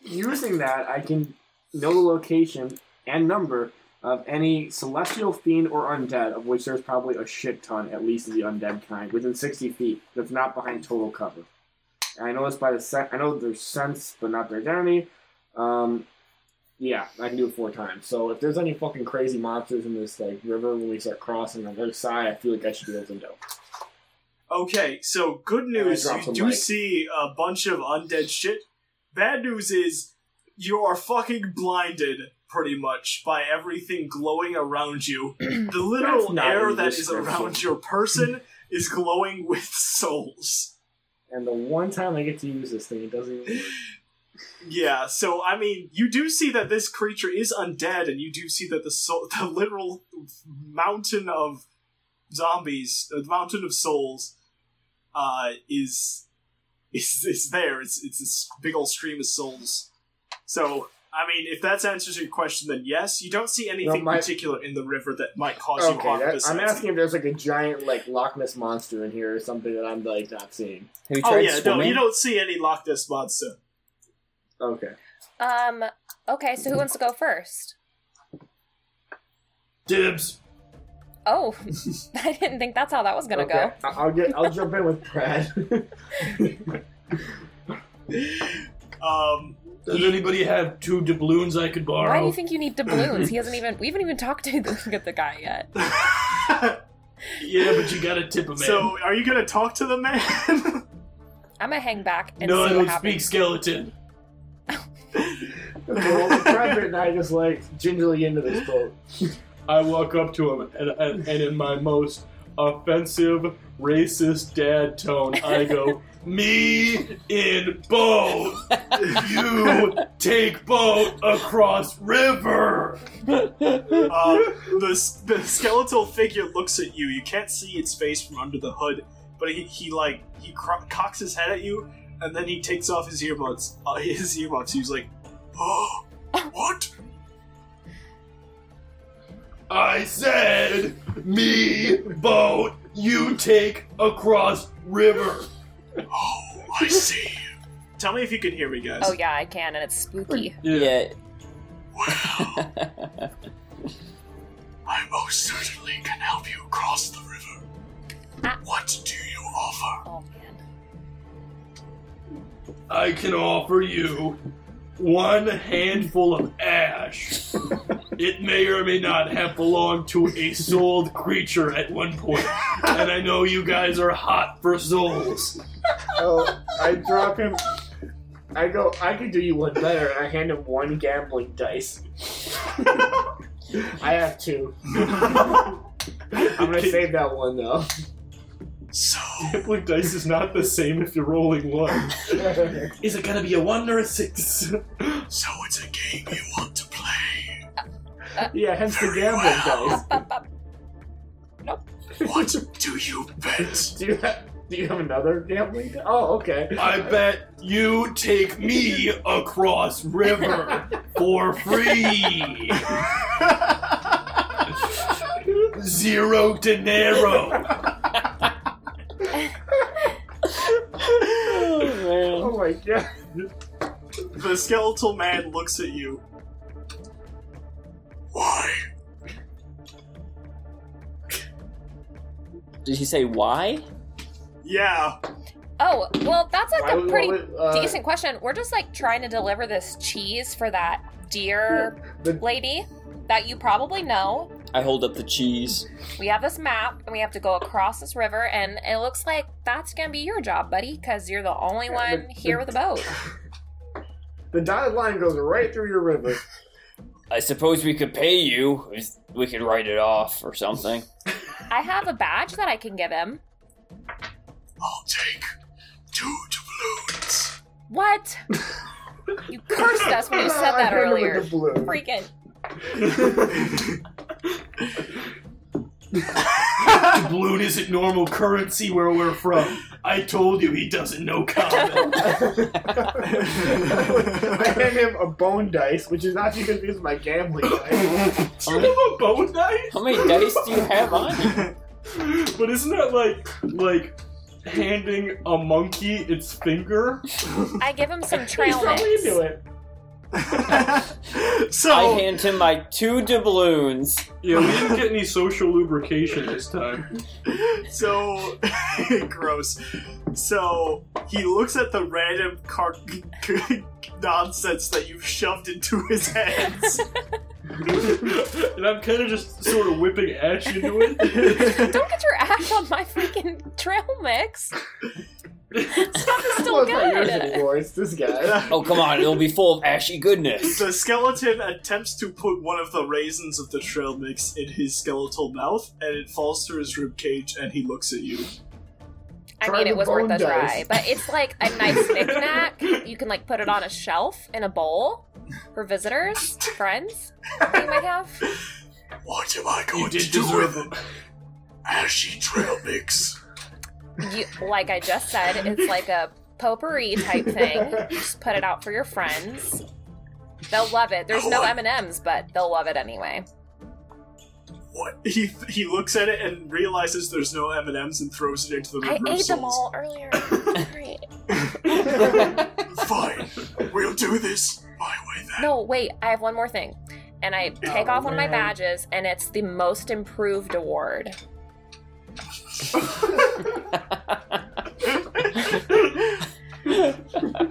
using that, I can know the location and number of any celestial fiend or undead, of which there's probably a shit ton, at least of the undead kind, within 60 feet. That's not behind total cover. And I know this by the sen- I know their sense, but not their identity. Um, yeah, I can do it four times. So if there's any fucking crazy monsters in this like river when we start crossing on the other side, I feel like I should be able to know.
Okay, so good
I
news,
dropped
you
the
do
mic.
see a bunch of undead shit. Bad news is You are fucking blinded, pretty much, by everything glowing around you. the
That's
literal
not
air
a
that is around
description.
your person is glowing with souls.
And the one time I get to use this thing, it doesn't even work.
Yeah, so I mean, you do see that this creature is undead, and you do see that the soul, the literal mountain of zombies, the mountain of souls, uh, is is is there. It's it's this big old stream of souls. So I mean, if that answers your question, then yes. You don't see anything
my-
particular in the river that might cause you
Okay,
harm.
that, I'm
besides-
asking if there's like a giant like Loch Ness monster in here or something that I'm like not seeing.
Have you
Oh
tried
yeah, no,
swimming?
you don't see any Loch Ness monster.
Okay.
Um. Okay, so who wants to go first?
Dibs.
Oh, I didn't think that's how that was gonna
okay. I- I'll get. I'll jump in with Brad.
Um,
Does anybody have two doubloons I could
go. Why do
borrow?
you think you need doubloons? He hasn't even. We haven't even talked to the, the guy yet.
yeah, but you gotta tip a man.
so, are you gonna talk to the man?
I'm gonna hang back and
no, I
see what
don't speak
happens.
skeleton.
well, Brad and I just like gingerly into this boat.
I walk up to him, and, and, and in my most offensive, racist dad tone, I go, Me in boat! You take boat across river!
Um, the, the skeletal figure looks at you. You can't see its face from under the hood, but he, he like he cro- cocks his head at you, and then he takes off his earmuffs. Uh, his earmuffs. He's like, "Oh, what?
I said, Me boat, you take across river!
Oh, I see." Tell me if you can hear me, guys.
Oh yeah, I can, and it's spooky.
Yeah.
Well, I most certainly can help you cross the river.
Ah.
What do you offer?
Oh man.
I can offer you one handful of ash. it may or may not have belonged to a souled creature at one point, and I know you guys are hot for souls.
Oh, I drop him. I go. I could do you one better, and I hand him one gambling dice. I have two. I'm gonna save that one though.
So,
Gambling dice is not the same if you're rolling one.
That's
Is it gonna be a one or a six?
so it's a game you want to play.
yeah, hence the gambling dice.
Up, up, up.
What do you bet?
Do you have, do you have another gambling? di- Oh, okay.
I bet you take me across river for free. Zero dinero.
Oh,
Oh my god.
The skeletal man looks at you. Why?
man. Did he say why?
Yeah.
Oh well, that's like
Why
a
would-
pretty
why would, uh,
decent question. We're just like trying to deliver this cheese for that dear
The-
lady that you probably know.
I hold up the cheese.
We have this map and we have to go across this river, and it looks like that's gonna be your job, buddy, because you're the only one
but-
here with a boat.
The dotted line goes right through your river.
I suppose we could pay you. We could write it off or something.
I have a badge that I can give him.
I'll take two doubloons.
What? you cursed us when you said
I
that
hit him with
earlier.
the blue.
Freaking.
Doubloon isn't normal currency where we're from. I told you he doesn't know common.
I hand him a bone dice, which is not to be confused with my gambling dice.
Do you have a bone knife?
How many dice do you have on you?
But isn't that like like handing a monkey its finger?
I give him some
He's
trail
probably
mix.
into it.
I
so
hand him my two doubloons.
Yeah, we didn't get any social lubrication this time.
so gross. So he looks at the random car- nonsense that you've shoved into his hands.
and I'm kind of just sort of whipping ash into it.
Don't get your ass on my freaking trail mix. Stuff is
Well,
still
it's not yours
good.
anymore, It's this guy.
Oh, come on, it'll be full of ashy goodness.
The skeleton attempts to put one of the raisins of the trail mix in his skeletal mouth, and it falls through his ribcage, and he looks at you.
I
Try
mean,
the
it was worth
bone
a try,
dice.
but it's like a nice knickknack. You can like put it on a shelf in a bowl for visitors, friends that you might have.
What am I
You did deserve it.
ashy trail mix?
You, like I just said, it's like a potpourri type thing. Just put it out for your friends. They'll love it. There's no M and M's, but they'll love it anyway.
What? He he looks at it and realizes there's no M and M's and throws it into the
I
river. of
ate them
souls.
all earlier. Great.
Fine, we'll do this my way then.
No, wait, I have one more thing. And I take
Oh,
off one of my
man.
badges, and it's the most improved award.
I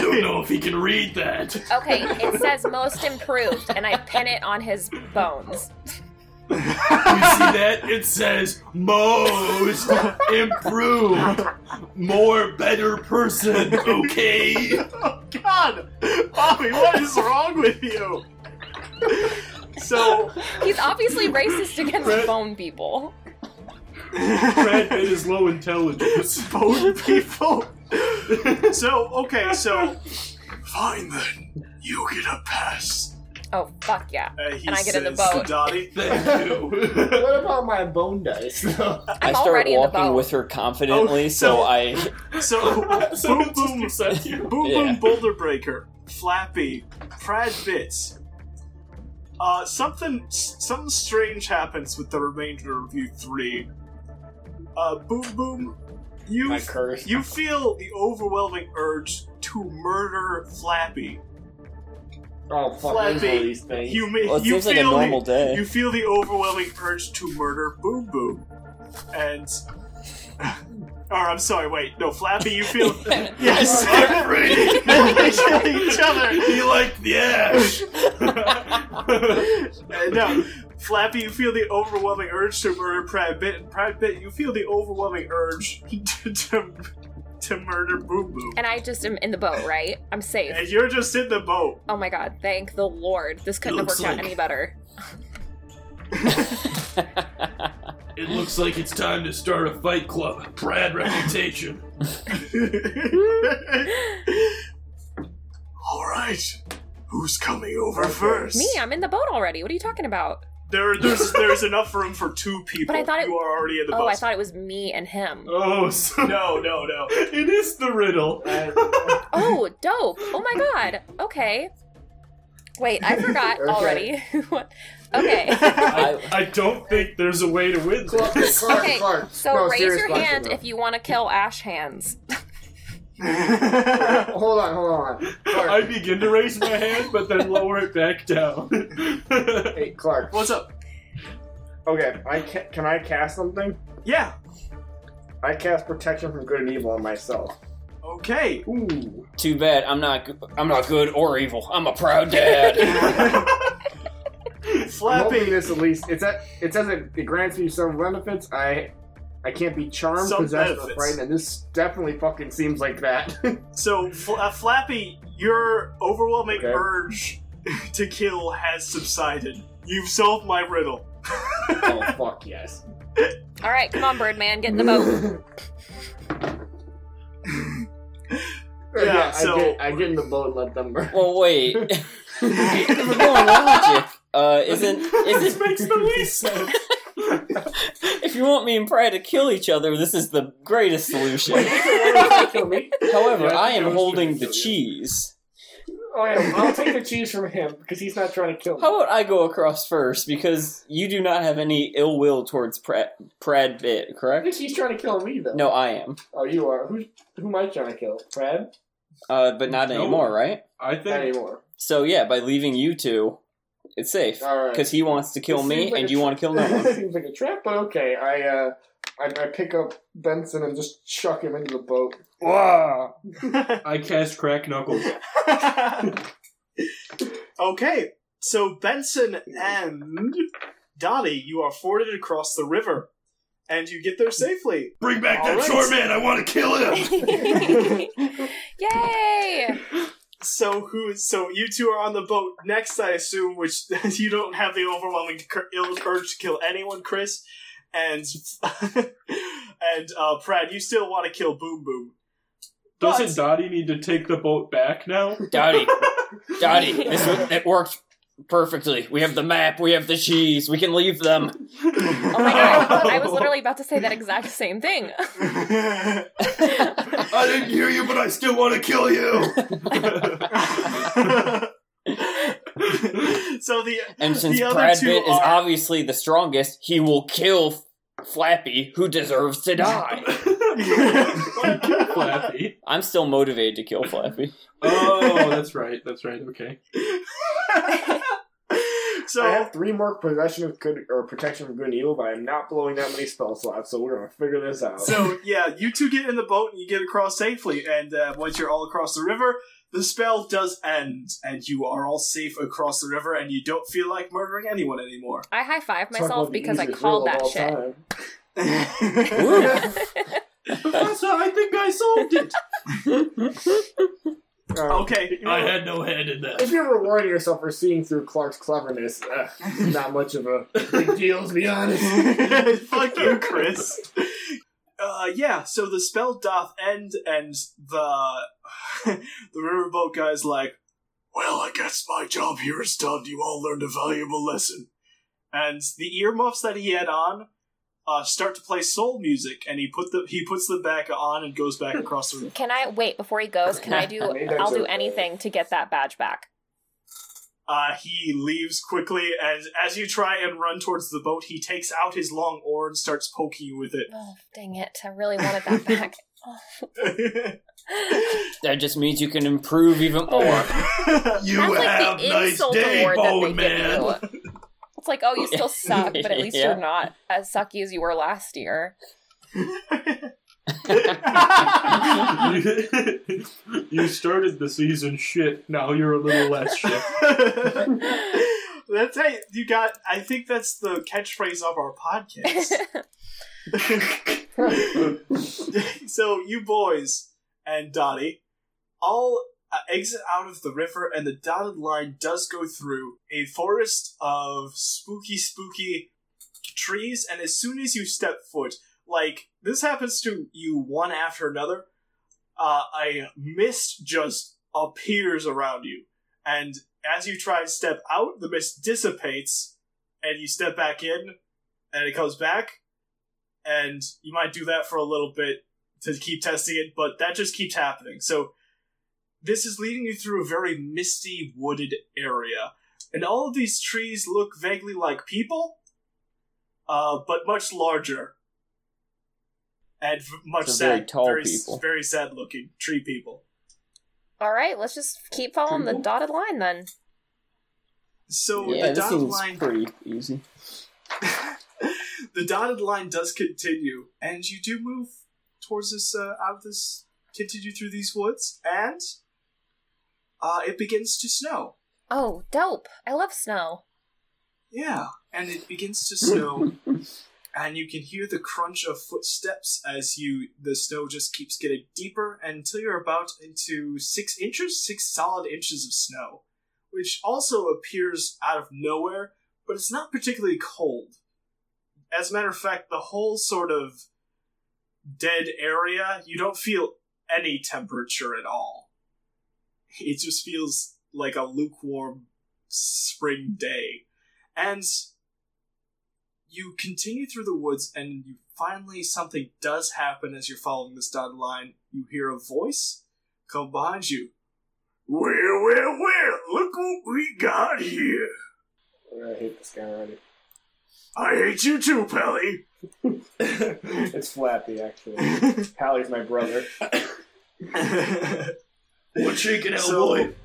don't know if he can read that.
Okay, it says most improved, and I pin it on his bones.
You see that? It says most improved, more better person. Okay.
Oh God, Bobby, what is wrong with you? So
He's obviously racist
Right.
against bone people.
Brad Pitt is low intelligence.
bone people. So okay, so fine then. You get a pass.
Oh, fuck yeah.
Uh, he
And I get in the
says to
boat.
Dottie.
Thank you.
what about my bone dice? though?
I
I'm
start
already in the
walking
boat.
with her confidently,
Oh,
so
so-
I
So
so
boom, boom,
just accept you.
Boom
Yeah.
Boom Boulder Breaker, Flappy, Prad Bits. Uh, something something strange happens with the remainder of you three. Uh, Boom Boom, you
my curse.
you feel the overwhelming urge to murder Flappy.
oh, fuck there's
Flappy.
all these things.
You ma-
well, it
you
seems
feel
like a normal
the,
day.
you feel the overwhelming urge to murder Boom Boom, and or I'm sorry, wait, no, Flappy, you feel yes,
I'm free.
they kill each other.
He liked the ash.
Uh, no, Flappy, you feel the overwhelming urge to murder Prad Bit, and Prad Bit, you feel the overwhelming urge to, to, to murder Boom Boom.
And I just am in the boat, right? I'm safe.
And you're just in the boat.
Oh my god, thank the Lord. This couldn't have
Looks
worked out
like-
any better.
It looks like it's time to start a fight club. Brad reputation.
All right, who's coming over first?
Me, I'm in the boat already. What are you talking about?
There, there's there's enough room for two people.
But I thought it-
you are already in the
Oh,
boat.
I thought it was me and him.
Oh, so
No, no, no.
it is the riddle.
Uh,
Oh, dope. Oh my god. Okay. Wait, I forgot
Okay.
already. What- okay.
I,
I don't think there's a way to win
Clark,
this.
Clark,
Okay,
Clark.
So
No,
raise
serious
your
question,
hand
though.
if you want to kill Ash Hands.
Hold on, hold on. Clark.
I begin to raise my hand, but then lower it back down.
Hey, Clark.
What's up?
Okay, I ca- can I cast something?
Yeah.
I cast protection from good and evil on myself.
Okay.
Ooh.
too bad I'm not I'm not good or evil. I'm a proud dad.
I'm hoping
Flappy.
this at least it's at, it says it, it grants me some benefits. I I can't be charmed,
Some
possessed, or
benefits.
frightened, and this definitely fucking seems like that.
So, Fl- uh, Flappy, your overwhelming
Okay.
urge to kill has subsided. You've solved my riddle.
oh fuck yes.
All right, come on, Birdman, get in the boat.
yeah,
Yeah, so-
I, get, I get in the boat and let them burn.
well, wait. If we're going logic, uh, isn't
this
isn't
makes the least sense.
if you want me and Pride to kill each other, this is the greatest solution.
Kill me.
However,
Yeah, I
I
think I
am
was
holding
trying to
the
kill you.
cheese.
Oh, yeah, I'll take the cheese from him because he's not trying to kill me.
How about I go across first because you do not have any ill will towards Prad, Prad Bit,
I think
correct?
he's trying to kill me though.
No, I am,
Oh, you are. Who who am I trying to kill? Fred?
uh, but not
No.
anymore, right?
I
Not
think
anymore.
So yeah, by leaving you two, it's safe
All right.
because he wants to kill
It
me
seems like
and
a
you
tr-
want to kill no one.
Seems like a trap, but okay. I uh, I, I pick up Benson and just chuck him into the boat. Wow.
I cast crack knuckles.
okay, so Benson and Dottie, you are forded across the river. and you get there safely.
Bring back
All
that
right.
short man. I want to kill him.
Yay!
So who? So you two are on the boat next, I assume. Which you don't have the overwhelming cur- ill urge to kill anyone, Chris, and and uh, Brad. You still want to kill Boom Boom?
Doesn't Dottie need to take the boat back now?
Dottie, Dottie, this w- it worked perfectly. We have the map. We have the cheese. We can leave them.
Oh my god, I, I was literally about to say that exact same thing.
I didn't hear you, but I still want to kill you.
so the
And since
The other two
Pradbit is
are-
obviously the strongest, he will kill Flappy, who deserves to die.
Flappy.
I'm still motivated to kill Flappy.
Oh, that's right. That's right. Okay.
I
so
have three more possession of good or protection of good and evil, but I'm not blowing that many spell slots, so we're gonna figure this out.
so yeah, you two get in the boat and you get across safely. And uh, once you're all across the river, the spell does end, and you are all safe across the river, and you don't feel like murdering anyone anymore.
I high five
Talk about
myself
the
because I
easiest
called
rule of
that
all
shit.
time.
Ooh.
Professor, I think I solved it.
Um,
okay.
I had no hand in that.
If you're rewarding yourself for seeing through Clark's cleverness, uh, not much of a big deal, to be honest.
Fuck you, Chris. Uh, yeah, so the spell doth end, and the the riverboat guy's like, "Well, I guess my job here is done. You all learned a valuable lesson." And the earmuffs that he had on uh, start to play soul music, and he put the he puts them back on and goes back across the room.
Can I wait before he goes? Can I do?
Maybe that's
I'll do
okay.
anything to get that badge back.
Uh, he leaves quickly, and as you try and run towards the boat, he takes out his long oar and starts poking you with
Oh, dang it! I really wanted that back.
it.
That just means you can improve even more.
You
That's
have
like the
nice
insult
day,
award that they
bone
give
man.
you. It's like, oh, you still suck, but at least
Yeah.
you're not as sucky as you were last year.
you started the season shit. Now you're a little less shit.
that's hey, you got. I think that's the catchphrase of our podcast. so you boys and Dottie all uh, exit out of the river, and the dotted line does go through a forest of spooky, spooky trees. And as soon as you step foot, like this happens to you one after another, uh, a mist just appears around you, and as you try and step out, the mist dissipates, and you step back in, and it comes back, and you might do that for a little bit to keep testing it, but that just keeps happening. So this is leading you through a very misty, wooded area, and all of these trees look vaguely like people, uh, but much larger. And v- much
So
sad,
very tall
very, s-
people.
very sad-looking tree people.
All right, let's just keep following the
Cool.
dotted line then.
So the
yeah, this
dotted
seems
line
pretty easy.
the dotted line does continue, and you do move towards this uh, out of this continue through these woods, and uh, it begins to snow.
Oh, dope! I love snow.
Yeah, and it begins to snow, and you can hear the crunch of footsteps as you the snow just keeps getting deeper until you're about into six inches, six solid inches of snow, which also appears out of nowhere, but it's not particularly cold. As a matter of fact, the whole sort of dead area, you don't feel any temperature at all. It just feels like a lukewarm spring day. And you continue through the woods, and you finally something does happen as you're following this dotted line. You hear a voice come behind you. Well, well, well, look what we got here.
I hate this guy already.
I hate you too, Pelly.
it's Flappy, actually. Hallie's my brother.
What shaking out,
So-
boy?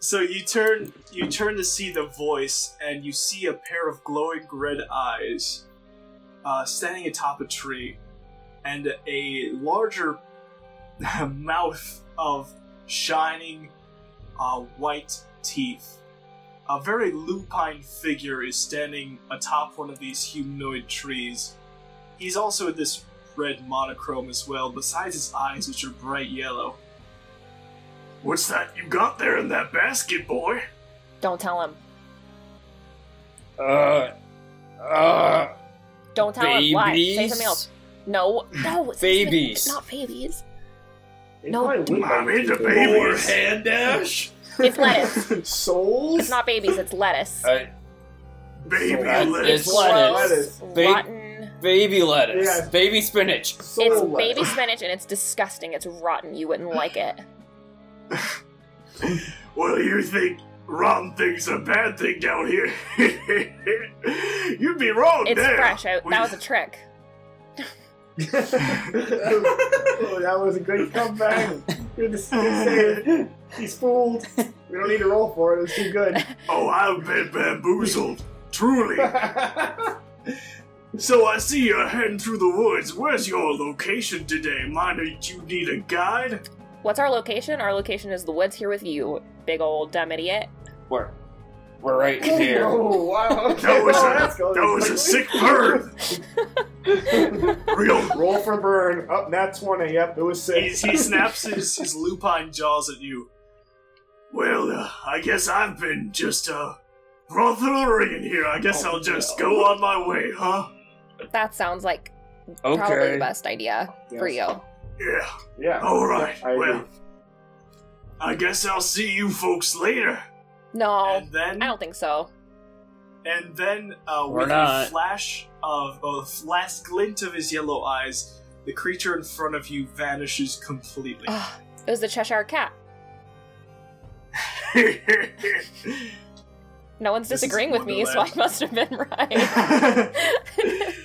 So you turn you turn to see the voice, and you see a pair of glowing red eyes uh, standing atop a tree, and a larger mouth of shining uh, white teeth A very lupine figure is standing atop one of these humanoid trees. He's also in this red monochrome as well, besides his eyes, which are bright yellow. What's that you got there in that basket, boy?
Don't tell him.
Uh, uh,
Don't tell him. Why? Say
Babies?
something else. No, no. it's-
Babies.
Not babies.
They
No.
probably would
I'm
like
into
to,
Or
babies.
hand dash.
It's lettuce.
but- Souls?
It's not babies. It's lettuce.
I-
Baby
That's-
lettuce.
it's- Uh, lettuce.
lettuce.
Ba-
rotten.
baby lettuce,
Yeah.
baby spinach.
Soul
It's
lettuce.
baby spinach and it's disgusting. It's rotten. You wouldn't like it.
Well, you think rotten thing's a bad thing down here? You'd be wrong
It's
there.
fresh. I, that
We-
was a trick.
oh, that was a great comeback. Good to see you. He's fooled. We don't need to roll for it. It was too good.
Oh, I've been bamboozled. Truly. So I see you're heading through the woods. Where's your location today? Mind that you need a guide?
What's our location? Our location is the woods here with you, big old dumb idiot.
We're we're right here.
Oh, wow. Okay,
That was
well,
a,
that's going
that was a
quickly.
sick bird. Real.
Roll for burn. Up, nat 20. Yep, it was
He,
six.
he snaps his, his lupine jaws at you. Well, uh, I guess I've been just uh, brothering here. I guess I'll just go on my way, huh?
That sounds like probably the
Okay,
best idea for
Yes.
you.
Yeah.
Yeah.
All right.
I agree.
well, I guess I'll see you folks later.
No,
and then
I don't think so.
And then, uh,
Or
with a
not.
flash of a last glint of his yellow eyes, the creature in front of you vanishes completely.
Ugh, it was the Cheshire Cat. No one's
This is
disagreeing with me, so I
Wonderland.
must have been right.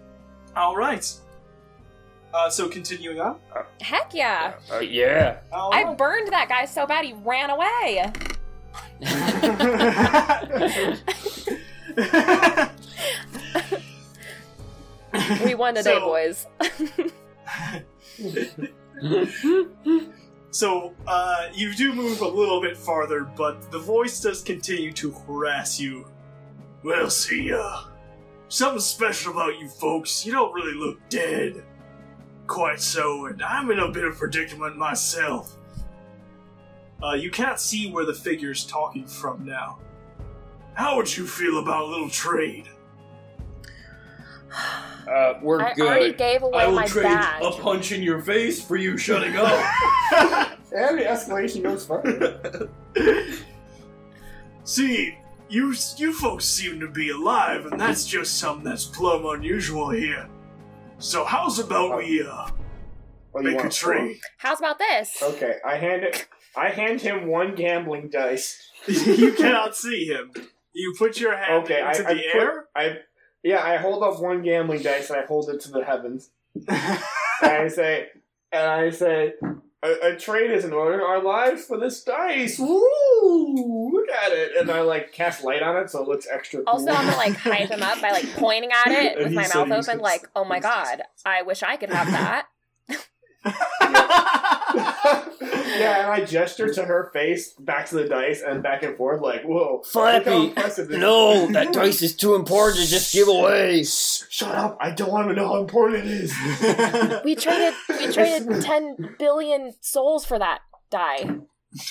All right. Uh, so continuing on.
Heck yeah.
Uh, yeah.
All
I
right.
burned that guy so bad he ran away. We won today,
So-
boys.
So uh, you do move a little bit farther, but the voice does continue to harass you. Well, see, uh, something special about you folks. You don't really look dead. Quite so, and I'm in a bit of predicament myself. Uh, you can't see where the figure's talking from now. How would you feel about a little trade?
Uh, we're
I already
good.
gave
I
away
will
my
trade
badge.
a punch in your face for you shutting up.
And the escalation goes further.
See, you you folks seem to be alive, and that's just something that's plumb unusual here. So how's about we uh,
Well, Oh, you
make a
want
trade?
How's about
Oh,
this?
Okay, I hand it. I hand him one gambling dice.
you cannot see him. You put your hand
Okay, I,
into
I
the
put-
air.
I yeah, I hold up one gambling dice and I hold it to the heavens. and I say, and I say, a, a trade is in order. Our lives for this dice. Woo! Look at it. And I like cast light on it, so it looks extra. Cool.
Also, I'm gonna like hype him up by like pointing at it
And
with
he
my
said
mouth
he was
open,
gonna-
like, "Oh my
he was gonna-
god, I wish I could have that."
yeah, and I gesture to her face, back to the dice, and back and forth, like, whoa. Look how
Flappy.
impressive this
No,
is.
that dice is too important to just give away.
Shh, Shut up! I don't want to know how important it is.
We traded, we traded ten billion souls for that die.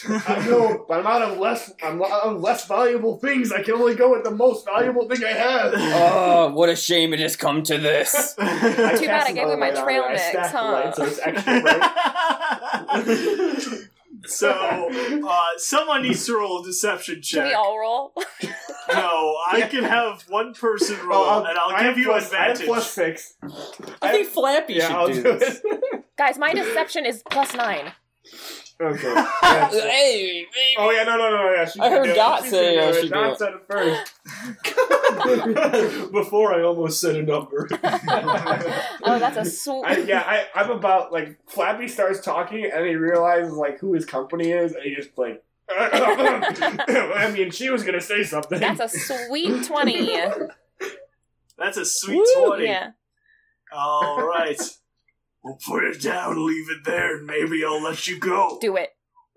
I know, but I'm out of less. I'm out of less valuable things. I can only go with the most valuable thing I have.
Oh, what a shame it has come to this.
Too bad I gave away my trail mix, huh?
so it's extra bright.
so uh, someone needs to roll a deception
Should we
check.
all roll?
No, I can have one person roll,
Oh,
and I'll
I have
give you
plus, I have
advantage.
plus six.
I think Flappy
Yeah,
should
I'll
do
do
this.
it.
Guys, my deception is plus nine.
okay. Yeah, sure.
Hey, baby.
Oh yeah, no, no, no, yeah. She
I
should
heard
do it.
Dot
She
say,
should do
uh,
it.
she do
Dot
it.
said it first.
Before I almost said a number.
Oh, that's a swoop.
I, yeah, I, I'm about like Flappy starts talking and he realizes like who his company is and he just like. I mean, she was gonna say something.
That's a sweet twenty.
That's a sweet
Woo,
twenty.
Yeah.
All right. We'll put it down, leave it there, and maybe I'll let you go.
Do it.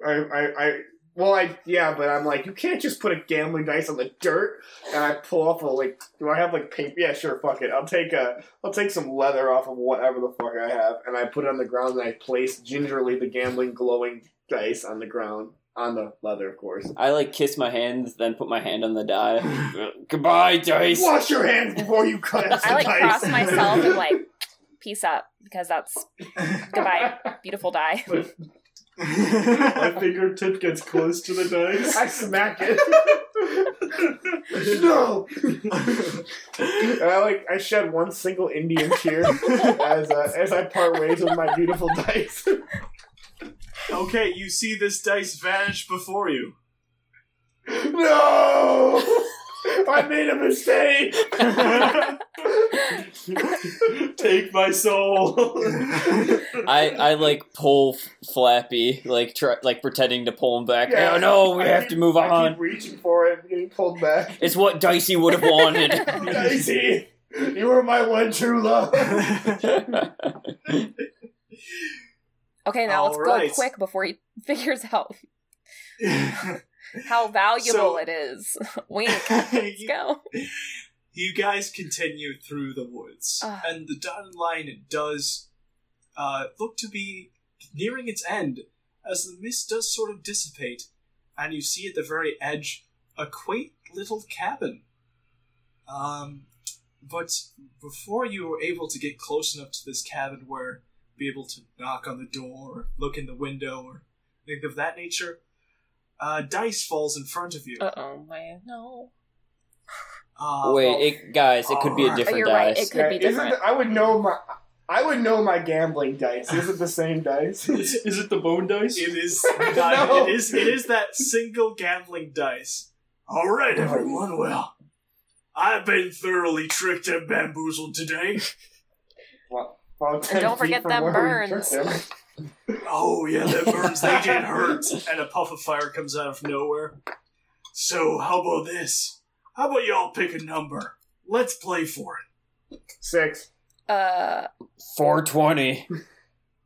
I, I, I Well, I yeah, but I'm like, you can't just put a gambling dice on the dirt. And I pull off a like, do I have like paint? Yeah, sure, fuck it. I'll take a, I'll take some leather off of whatever the fuck I have, and I put it on the ground, and I place gingerly the gambling glowing dice on the ground on the leather, of course.
I like kiss my hands, then put my hand on the die. Goodbye, dice.
Wash your hands before you cut the
I like
dice.
cross myself and like peace up because that's goodbye, beautiful die.
My fingertip gets close to the dice.
I smack it. no. And I like I shed one single Indian tear as uh, as I part ways with my beautiful dice.
okay, you see this dice vanish before you.
no. I made a mistake.
Take my soul.
I I like pull f- Flappy, like try, like pretending to pull him back.
Yeah.
oh no, we
I
have
keep-
to move
I
on.
keep reaching for it, getting pulled back.
It's what Dicey would have wanted.
Daisy, you were my one true love.
Okay, now let's
All right.
go quick before he figures out how valuable
So-
it is. Wink. Let's
you,
go.
you guys continue through the woods,
Ah.
and the dotted line does uh, look to be nearing its end as the mist does sort of dissipate, and you see at the very edge a quaint little cabin. Um, but before you are able to get close enough to this cabin where be able to knock on the door or look in the window or anything of that nature, uh, dice falls in front of you.
Uh oh, my no.
Uh,
Wait, it, guys, it could be a
Oh,
different
you're right,
dice.
it could be
Isn't
different.
the- I would know my. I would know my gambling dice. Is it the same dice?
is, is it the bone dice?
It is
No.
it is it is that single gambling dice. All right, everyone. Well, I've been thoroughly tricked and bamboozled today.
Well, well,
And don't forget them burns.
Oh yeah, that burns. They did hurt. And a puff of fire comes out of nowhere. So how about this? How about y'all pick a number? Let's play for it.
Six.
Uh,
420.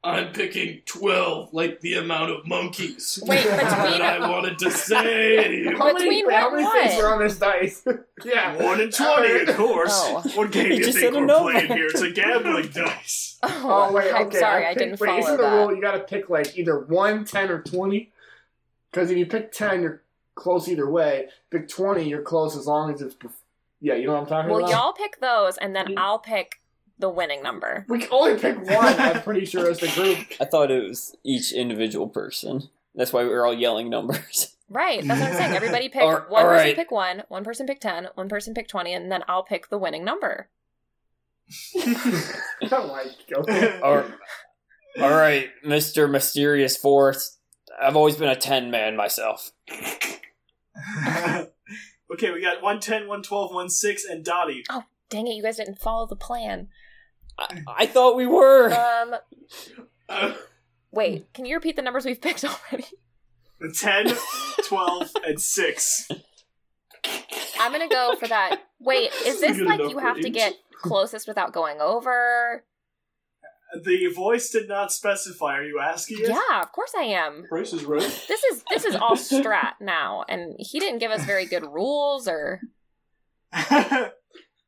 I'm picking 12, like the amount of monkeys.
wait,
That
between
I wanted to say.
How many,
Between
how
what
many
and
things
what?
are on this dice? yeah.
One and twenty, of course.
Oh.
What game do
He
you
just
think
said a
we're
number.
playing here? It's a gambling dice.
oh,
Oh wait, okay.
I'm sorry, I
picked-
didn't
wait,
follow
isn't the
that.
rule you got to pick like either one, ten, or twenty? Because if you pick ten, you're close either way. Pick twenty, you're close as long as it's. Bef- yeah, you know what I'm talking
Well,
about.
y'all pick those, and then
Mm.
I'll pick the winning number.
We can only pick one. I'm pretty sure as the group.
I thought it was each individual person. That's why we were all yelling numbers.
Right, that's what I'm saying. Everybody pick
All-
one
all
person
right.
pick one, one person pick ten, one person pick twenty, and then I'll pick the winning number.
I'm like, okay.
all right, Mr. Mysterious Force. I've always been a 10 man myself.
okay, we got 110, 112, 16, and Dottie.
Dang it, you guys didn't follow the plan.
I, I thought we were.
Um,
Uh,
wait, can you repeat the numbers we've picked already?
10, 12, and 6.
I'm gonna go for that. Wait, is this
Good
like
enough
you
for
have to
each.
get closest without going over?
The voice did not specify. Are you asking it?
Yeah, of course I am.
Price is right.
This is this is all strat now, and he didn't give us very good rules or
I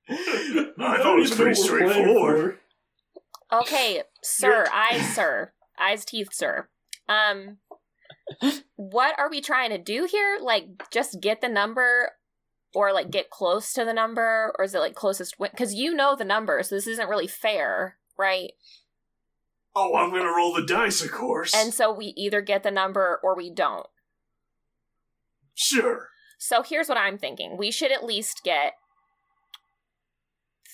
I
thought
don't
it was pretty
even know what we're playing
straightforward.
for.
Okay, sir, eyes, sir, eyes, teeth, sir. Um, what are we trying to do here? Like, just get the number, or like get close to the number, or is it like closest? Because you know the number, so this isn't really fair, right?
Oh, I'm going to roll the dice, of course.
And so we either get the number or we don't.
sure.
So here's what I'm thinking: we should at least get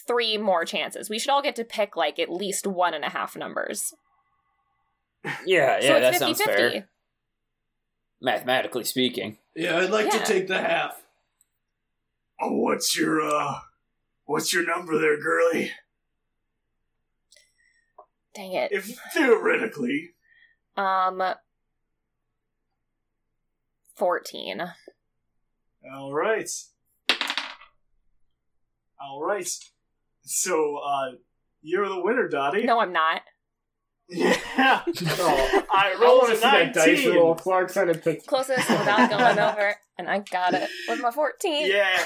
three more chances. We should all get to pick like at least one and a half numbers.
Yeah, yeah,
so
that
it's 50-50.
sounds fair. Mathematically speaking.
Yeah, I'd like
Yeah.
to take the half.
Oh, what's your, uh, what's your number there, girly?
Dang it.
If theoretically,
Um, 14.
All right. All right. So, uh, you're the winner, Dottie.
No, I'm not.
Yeah,
Oh,
I
I
rolled
want to
a
see that dice roll.
nineteen.
Clark said it picked.
Closest without going over, and I got it with my 14.
Yeah,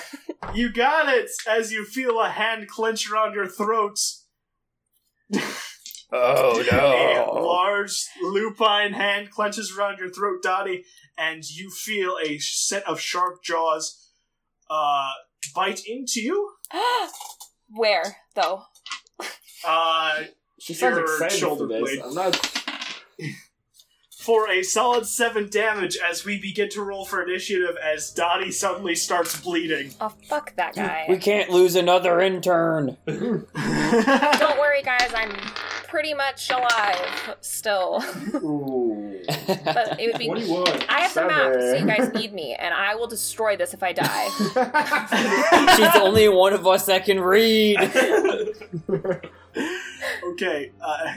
you got it. As you feel a hand clench around your throats,
Oh
a large lupine hand clenches around your throat, Dottie, and you feel a set of sharp jaws uh, bite into you.
Where, though?
Uh,
She sounds
Your
excited
shoulder
for this.
blade.
I'm not.
for a solid seven damage as we begin to roll for initiative as Dottie suddenly starts bleeding.
Oh, fuck that guy.
We can't lose another intern.
Don't worry, guys, I'm pretty much alive still.
Ooh.
But it would be.
Twenty-one.
I have the map, so you
Seven.
guys need me, and I will destroy this if I die.
She's the only one of us that can read.
okay, uh,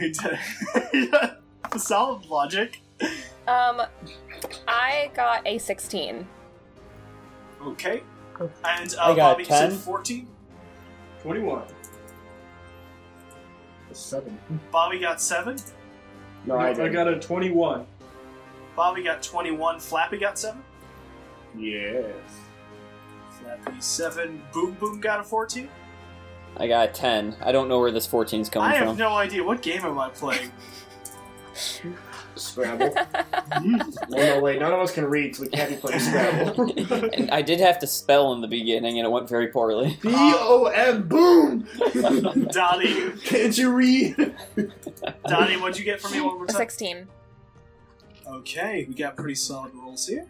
solid logic.
Um, I got a 16.
Okay. And
I
uh,
got
Bobby you said
10.
14.
Twenty-one.
Seven.
Bobby got 7.
No, I,
I
didn't.
got a twenty-one.
Bobby got 21. Flappy got 7.
Yes.
Flappy 7. Boom Boom got a 14.
I got a 10. I don't know where this 14's coming
I have
from.
no idea. What game am I playing?
Scrabble. no, Oh, no, wait. None of us can read, so we can't be playing Scrabble.
and I did have to spell in the beginning, and it went very poorly.
B O M. Boom.
Dottie.
Can't you read?
Dottie, what'd you get from me one more
A
time?
16.
Okay, we got pretty solid rolls here.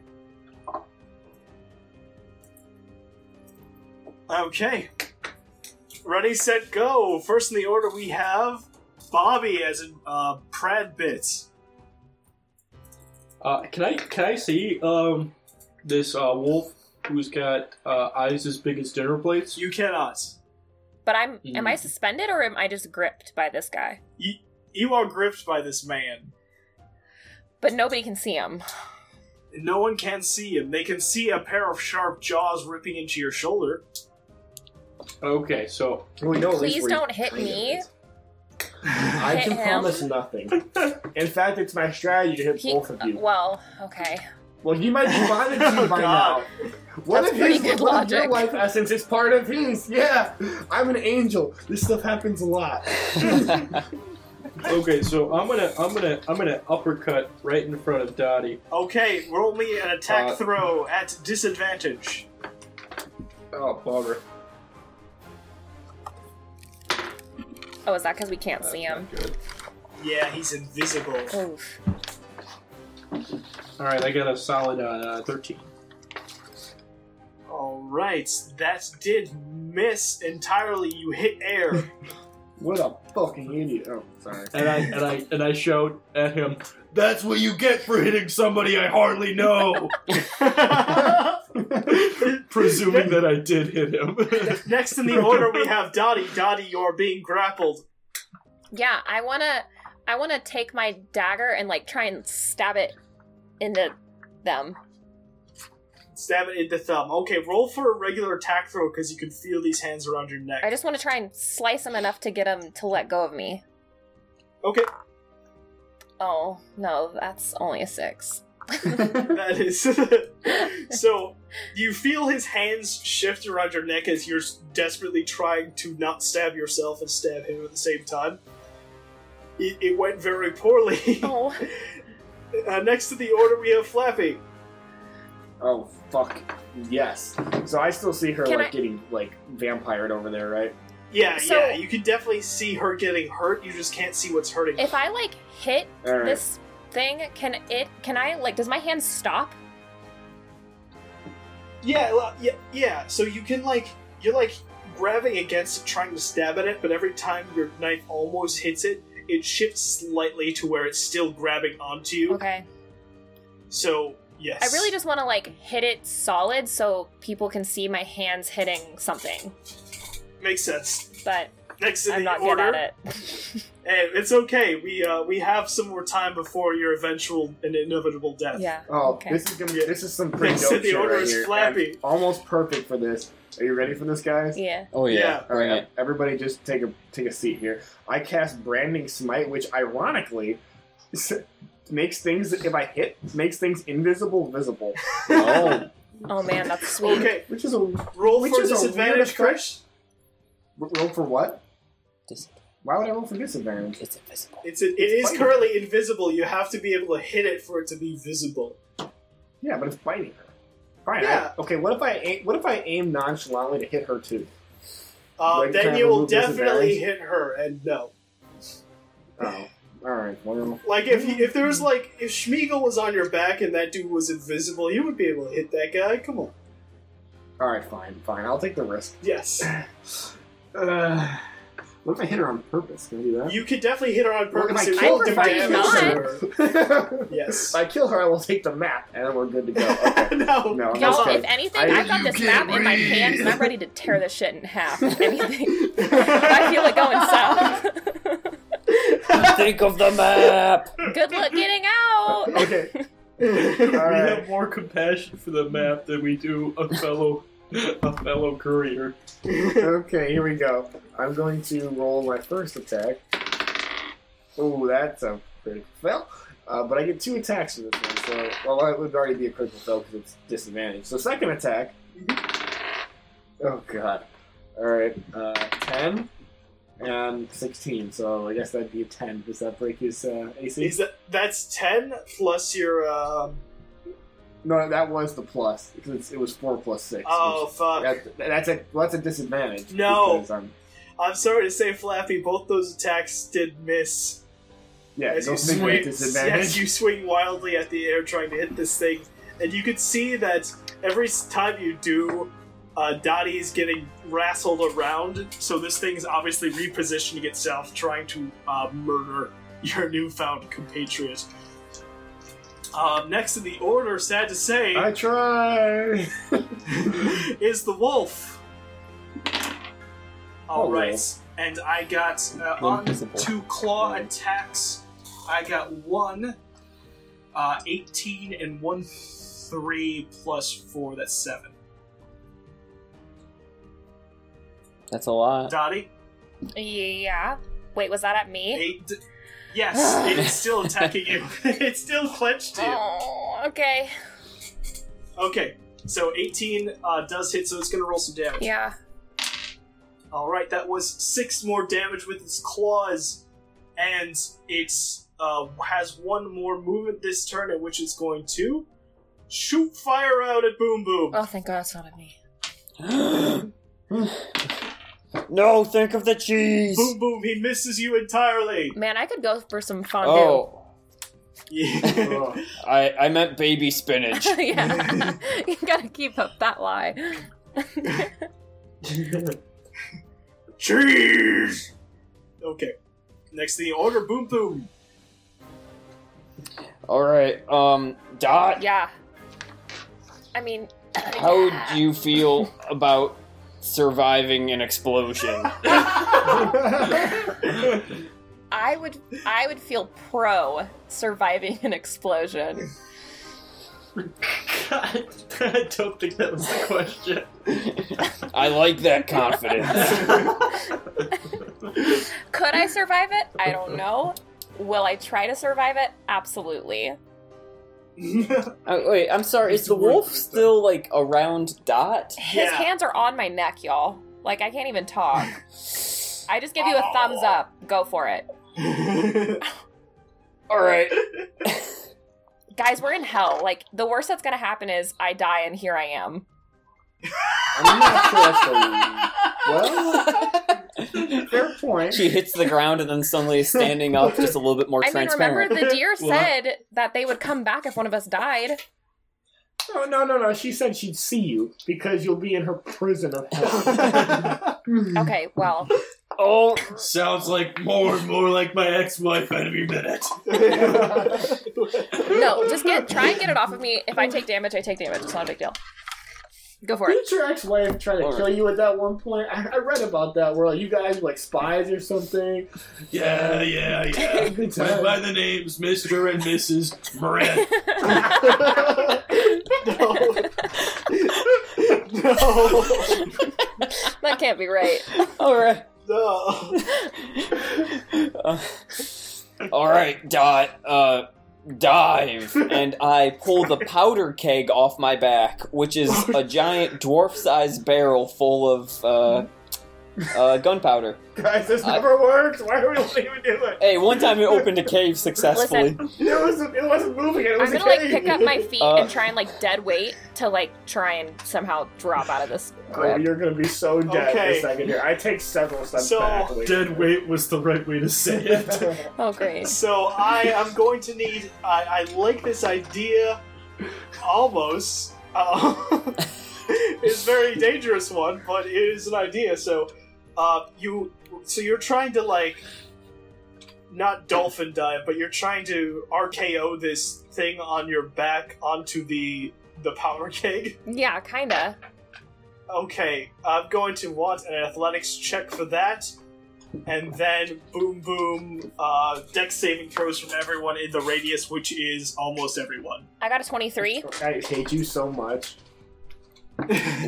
Okay. Ready, set, go. First in the order we have Bobby as in uh, Pradbit.
Uh, can I can I see um this uh, wolf who's got uh, eyes as big as dinner plates?
You cannot.
But I'm. Am I
Mm.
suspended or am I just gripped by this guy?
You are gripped by this man.
But nobody can see him.
No one can see him. They can see a pair of sharp jaws ripping into your shoulder.
Okay, so
We know at least
Please
we're
don't hit
kind of
me.
it. I
Hit
can
him.
promise nothing. In fact, it's my strategy to hit
He,
both of
uh,
you.
well, okay.
Well, you might be bonded to
Oh,
by
God.
now. What
That's
if his,
pretty good
what if your
logic.
life essence is part of his? Yeah, I'm an angel. This stuff happens a lot.
okay, so I'm gonna I'm gonna I'm gonna uppercut right in front of Dottie.
Okay, roll me an attack
Uh,
throw at disadvantage.
Oh bummer.
Oh, is that because we can't see him?
That's not good.
Yeah, he's invisible.
Oof.
All right, I got a solid uh, thirteen.
All right, that did miss entirely. You hit air.
What a fucking idiot. Oh, sorry.
and I and I and I shout at him. That's what you get for hitting somebody I hardly know. Presuming that I did hit him.
Next in the order, we have Dottie. Dottie, you're being grappled.
Yeah, I wanna. I wanna take my dagger and like try and stab it into them.
Stab it in the thumb. Okay, roll for a regular attack throw because you can feel these hands around your neck.
I just want to try and slice him enough to get him to let go of me.
Okay,
Oh no, that's only a six.
that is. so you feel his hands shift around your neck as you're s- desperately trying to not stab yourself and stab him at the same time. It, it went very poorly.
Oh,
Uh, next to the order, we have Flappy.
Oh, fuck. Yes. So I still see her
Can
like
I-
getting like vampired over there, right?
Yeah,
So-
yeah, you can definitely see her getting hurt. You just can't see what's hurting.
if I like hit
All right.
this thing, can it? Can I like? Does my hand stop?
Yeah, well, yeah, yeah. So you can like you're like grabbing against it, trying to stab at it, but every time your knife almost hits it, it shifts slightly to where it's still grabbing onto you.
Okay.
So yes,
I really just want to like hit it solid so people can see my hands hitting something.
makes sense.
But
next in
I'm
the
not
order.
good at it.
Hey, it's okay. We uh, we have some more time before your eventual and inevitable death.
yeah.
Oh,
Okay.
this is gonna be this is some pretty
Next
dope
to the
shit
order
right
is
here.
Flappy.
I'm almost perfect for this. Are you ready for this, guys?
Yeah.
Oh yeah,
Yeah.
All
bring
right,
it.
everybody, just take a take a seat here. I cast branding smite, which ironically makes things if I hit makes things invisible visible,
Oh,
Oh man, that's sweet.
Okay,
which is a r-
roll
Which
for
is a
disadvantage,
weird effect.
Chris.
roll for what?
Dis-
Why would I roll for disadvantage?
it's invisible.
It's it is
It's
currently invisible. You have to be able to hit it for it to be visible.
Yeah, but it's biting her. Fine. I-
Yeah.
okay. What if I aim, what if I aim nonchalantly to hit her too?
Uh,
Like, can
then
I
you will
remove
definitely
disadvantage?
hit her, and no.
Oh, all right. Well,
Like if you, if there was like if Schmiegel was on your back and that dude was invisible, you would be able to hit that guy. Come on.
all right. Fine. Fine. I'll take the risk.
Yes,
Uh, what if I hit her on purpose? Can I do that?
you could definitely hit her on
What if
purpose.
I
It
kill
will do
her? If I
damage to
kill
her.
If
Yes.
I kill her, I will take the map, and then we're good to go. Okay.
no.
No, I'm
come
just
Y'all,
on.
if anything,
I-
I, have got this map in my hand and I'm ready to tear this shit in half. If anything, I
I
feel it going south.
Think of the map.
Good luck getting out.
Okay.
we
right.
have more compassion for the map than we do a fellow a fellow courier.
Okay, here we go. I'm going to roll my first attack. Oh, that's a critical fail. Uh, but I get two attacks for this one, so well, it would already be a critical fail because it's disadvantage. So second attack.
Mm-hmm.
Oh god. All right, uh, ten and sixteen. So I guess that'd be a ten. Does that break his uh, AC?
Is that that's ten plus your um?
no, that was the plus because it's, it was four plus six.
Oh fuck!
That, that's a well, that's a disadvantage.
No.
because um, I'm-
I'm sorry to say, Flappy, both those attacks did miss.
yeah,
as
don't
you
think
swing,
disadvantage.
as you swing wildly at the air trying to hit this thing, and you can see that every s- time you do, uh, Dottie is getting wrestled around. So this thing's obviously repositioning itself, trying to uh, murder your newfound compatriot. Um, next in the order, sad to say,
I try.
is the wolf.
Oh,
All right,
wolf.
and I got uh, on
Invisible.
two claw
Right.
attacks. I got one, uh, 18, and one three plus four. That's seven.
That's a lot.
Dottie,
Yeah. Wait, was that at me?
eight. d- Yes, it's still attacking you. it's still clenched you.
Oh, okay.
Okay, so 18 uh, does hit, so it's gonna roll some damage.
Yeah.
All right, that was six more damage with its claws, and it's uh, has one more movement this turn, at which it's going to shoot fire out at Boom Boom.
Oh, thank God, it's not at me.
no, think of the cheese.
boom Boom, he misses you entirely.
Man, I could go for some fondue.
Oh,
Yeah.
I I meant baby spinach.
yeah. you gotta keep up that lie.
Cheese. Okay, next thing you order, Boom Boom.
All right, um, Dot,
Yeah. I mean,
how do you feel about surviving an explosion?
I would I would feel pro surviving an explosion.
I don't think that was the question.
I like that confidence.
Could I survive it? I don't know. Will I try to survive it? Absolutely.
Uh, wait, I'm sorry. Is the wolf still like around Dot?
His
Yeah.
hands are on my neck, y'all. Like I can't even talk. I just give you a thumbs up. Go for it.
All right.
Guys, we're in hell. Like the worst that's gonna happen is I die and here I am.
I'm not sure that's the well. Fair point.
she hits the ground and then suddenly is standing up, just a little bit more
I mean, remember
transparent.
the deer
Well, I-
said that they would come back if one of us died.
No, no, no, no. She said she'd see you because you'll be in her prison of hell.
Okay, well,
oh,
Sounds like more and more like my ex-wife every minute.
no, just get try and get it off of me. If I take damage, I take damage. It's not a big deal. Go for it.
Didn't your ex-wife try to
Alright.
kill you at that one point? I, I read about that where like, you guys were like spies or something.
Yeah, yeah, yeah.
Good
Went by
time.
the names Mr. and Mrs. Moran.
no,
that can't be right.
All right.
no.
Uh, all right, Dot. Uh, dive, and I pull the powder keg off my back, which is a giant dwarf-sized barrel full of uh, uh, gunpowder.
guys, this
I-
never works. Why are we letting you do it?
Hey, one time it opened a cave successfully.
It wasn't, it wasn't moving. It was
I'm gonna like
cave.
pick up my feet
Uh,
and try and like dead weight to like try and somehow drop out of this
Oh,
grip.
you're gonna be so dead in
Okay.
a second here. I take several steps
So,
back. Wait.
Dead weight was the right way to say it.
Oh great.
So I am going to need. I, I like this idea, almost. Uh, it's a very dangerous one, but it is an idea. So, uh, you. So you're trying to like, not dolphin dive, but you're trying to RKO this thing on your back onto the the power keg.
Yeah, kinda.
Okay, I'm going to want an athletics check for that, and then boom, boom, uh, deck saving throws from everyone in the radius, which is almost everyone.
I got a 23.
I hate you so much.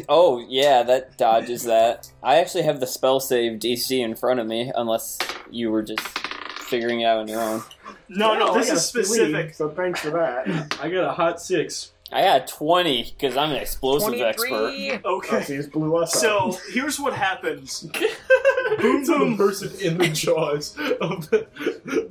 Oh yeah, that dodges that. I actually have the spell save DC in front of me, unless you were just figuring it out on your own.
No, no,
Wow,
this is
I got a Oh, three,
specific.
so thanks for that.
I got a hot six.
I got twenty because I'm an explosive expert.
Oh,
Okay,
see, this blew us up.
so here's what happens.
Boom boom person in the jaws of the,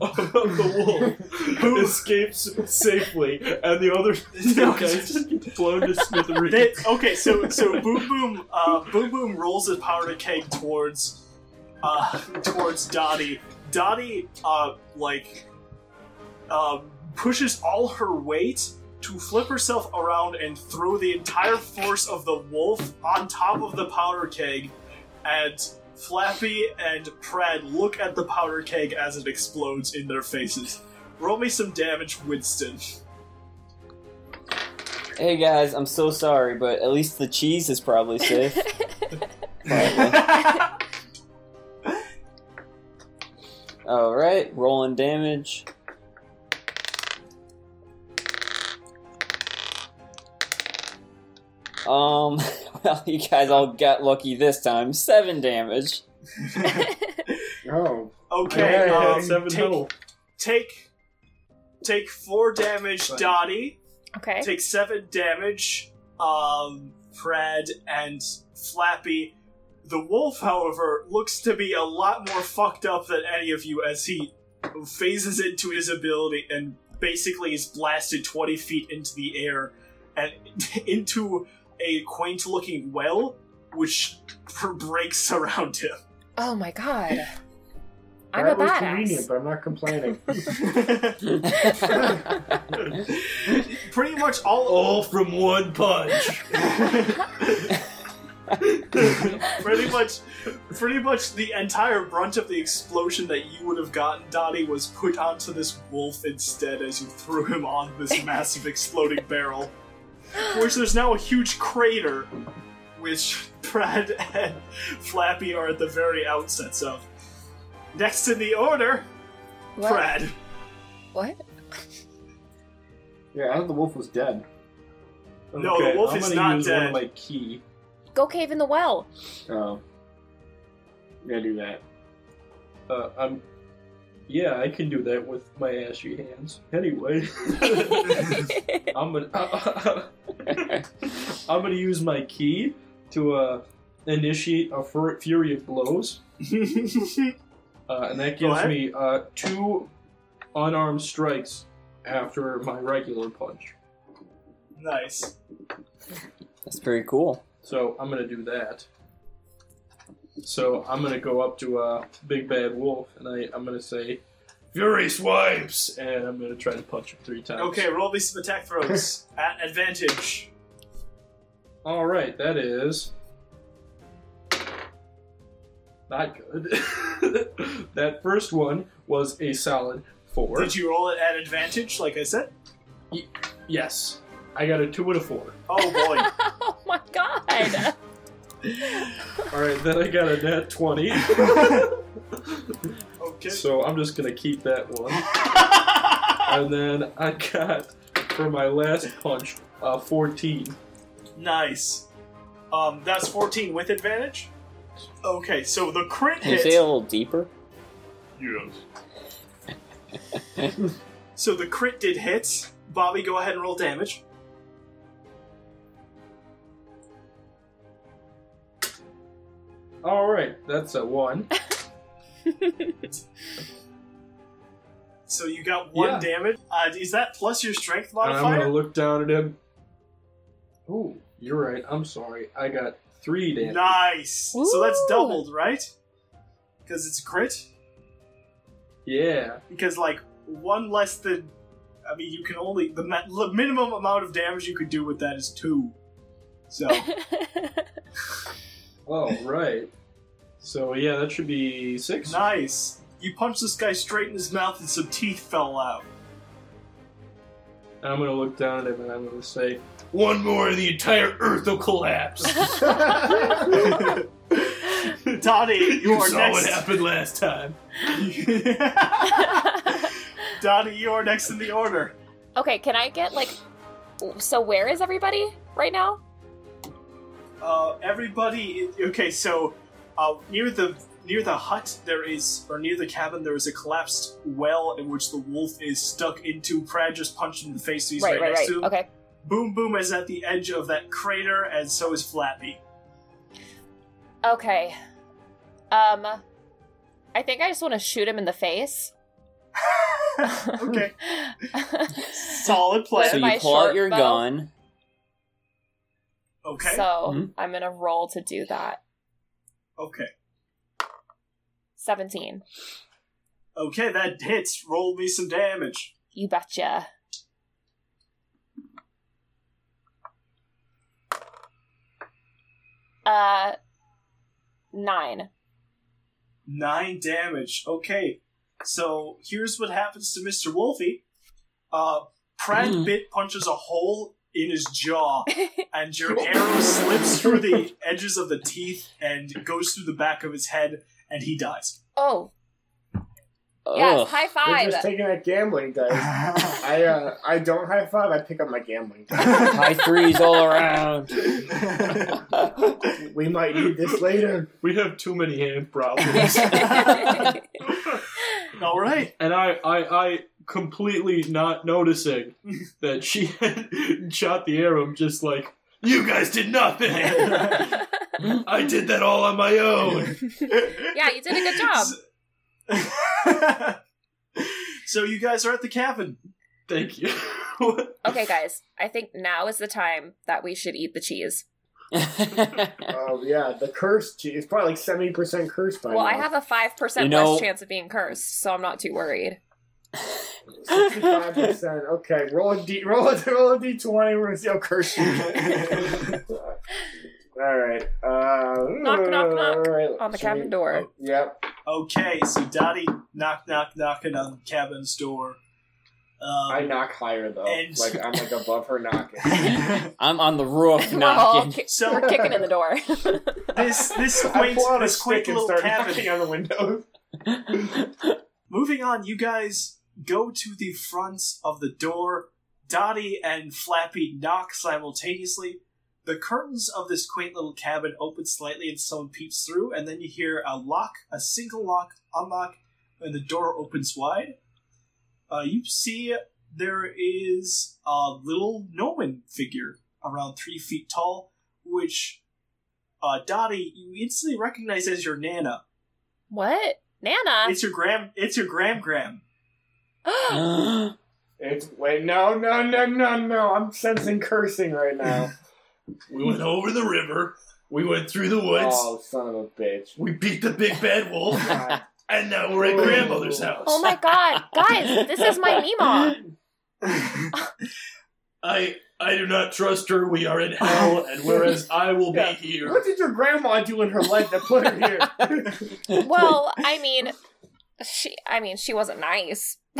of the wolf who escapes safely, and the other
No.
two guys just get blown to smithereens.
They, okay, so so boom, boom, uh, boom, boom rolls the powder keg towards, uh, towards Dottie. Dottie, uh, like, um, pushes all her weight to flip herself around and throw the entire force of the wolf on top of the powder keg, and Flappy and Pred look at the powder keg as it explodes in their faces. Roll me some damage, Winston.
Hey guys, I'm so sorry, but at least the cheese is probably safe. All right, rolling damage. Um, well, you guys all got lucky this time. Seven damage.
Oh,
Okay,
Yeah,
um,
seven
take,
total.
take take four damage,
Fine.
Dottie.
Okay.
Take seven damage, um, Fred and Flappy. The wolf, however, looks to be a lot more fucked up than any of you as he phases into his ability and basically is blasted 20 feet into the air and into a quaint looking well, which breaks around him.
Oh my god. I'm
that
a
was convenient,
badass.
but I'm not complaining.
Pretty much all.
All from one punch.
pretty much pretty much the entire brunt of the explosion that you would have gotten Dottie was put onto this wolf instead as you threw him on this massive exploding barrel which there's now a huge crater which Brad and Flappy are at the very outsets of next in the order
What?
Brad
What?
yeah, I thought the wolf was dead.
No, the wolf
I'm
is
gonna
not
use One
dead.
of my key. Um,
Go cave in the well.
Oh. Yeah, do that.
Uh, I'm. Yeah, I can do that with my ashy hands. Anyway, I'm gonna I'm gonna use my key to uh, initiate a fur- fury of blows, uh, and that
Go
gives
ahead.
me uh, two unarmed strikes after my regular punch.
nice
That's pretty cool.
So I'm gonna do that. So I'm gonna go up to uh, Big Bad Wolf, and I, I'm gonna say, "Fury swipes," and I'm gonna try to punch him three times.
okay roll me some attack throws at advantage
All right, that is not good. that first one was a solid four.
did you roll it at advantage like I said
Yes, I got a two and a four.
oh boy
oh my god. Kinda.
Alright, then I got a net 20.
Okay.
So I'm just gonna keep that one. and then I got for my last punch, uh, 14.
Nice. Um, that's 14 with advantage. Okay, so the crit
Can you say it a
hit.
little deeper?
Yes. so the crit did hit. Bobby, go ahead and roll damage.
Alright, that's a one.
So you got one
Yeah.
damage. Uh, is that plus your strength
And I'm
modifier?
gonna look down at him. Ooh, you're right. I'm sorry. I got three damage.
Nice. So that's
Ooh.
doubled, right? Because it's crit.
Yeah.
Because like one less than. I mean, you can only the, ma- the minimum amount of damage you could do with that is two. So
Oh, right. So yeah, that should be six.
nice. You punched this guy straight in his mouth, and some teeth fell out.
And I'm gonna look down at him and I'm gonna say, one more and the entire earth will collapse.
Donnie, you are
saw what
next.
happened last time.
Donnie, you are next in the order.
okay, can I get like? So where is everybody right now?
Uh, everybody, okay, so uh, near the near the hut there is, or near the cabin there is a collapsed well in which the wolf is stuck into. Prad just punched him in the face, so he's right,
right, right,
next
right.
to him.
Okay.
Boom Boom is at the edge of that crater, and so is Flappy.
Okay. Um, I think I just want to shoot him in the face.
Okay, solid play.
So
my
you pull out
short
your
bow.
gun.
Okay,
So
Mhm.
I'm gonna roll to do that.
okay,
Seventeen.
okay. That hits. Roll me some damage.
You betcha. Uh, nine.
Nine damage. Okay. So here's what happens to Mr. Wolfie. Uh Pratt
Hmm.
Mm.
bit punches a hole in his jaw, and your arrow slips through the edges of the teeth and goes through the back of his head, and he dies.
Oh,
Ugh.
yes, high
We're
five.
just taking that gambling, guys. I uh, I don't high five. I pick up my gambling.
High threes all around.
we might need this later.
We have too many hand problems.
All right.
and I, I, I completely not noticing that she had shot the arrow, just like, you guys did nothing! I did that all on my own!
yeah, you did a good job.
so you guys are at the cabin.
Thank you.
Okay, guys, I think now is the time that we should eat the cheese.
Uh, yeah, the curse. gee, It's probably like seventy percent cursed by
Well,
now.
I have a 5%
You know-
less chance of being cursed, so I'm not too worried.
Sixty-five percent. Okay, roll a d. Roll a roll a d twenty. We're gonna see how cursed you get. All right. Uh,
Knock, knock, knock
all right,
On the
should we- oh,
cabin door.
Yep.
Okay, so Dottie knock knock knocking on the cabin's door. Um,
I knock higher though.
And-
Like I'm like above her knocking.
I'm on the roof
We're, all
knocking.
ki-
So-
we're kicking in the door.
this this
I
quaint
pull out a
this quaint
stick and
little
start
cabin.
knocking on the windows.
Moving on, you guys go to the front of the door. Dottie and Flappy knock simultaneously. The curtains of this quaint little cabin open slightly and someone peeps through, and then you hear a lock, a single lock, unlock, and the door opens wide. Uh, you see there is a little gnomon figure around three feet tall, which uh, Dottie you instantly recognize as your Nana.
what? Nana? Oh
It's your gram. It's your gram gram.
It's wait, no, no, no, no, no. I'm sensing cursing right now.
we went over the river, we went through the
oh, son of a bitch.
we beat the big bad wolf,
God.
and now
we're at grandmother's
house.
oh my god, guys, this is my Mima.
I I do not trust her. We are in
hell,
and
whereas
I will
be Yeah.
here.
what did your grandma do in her life that put her here?
Well, I mean, she I mean, she wasn't nice,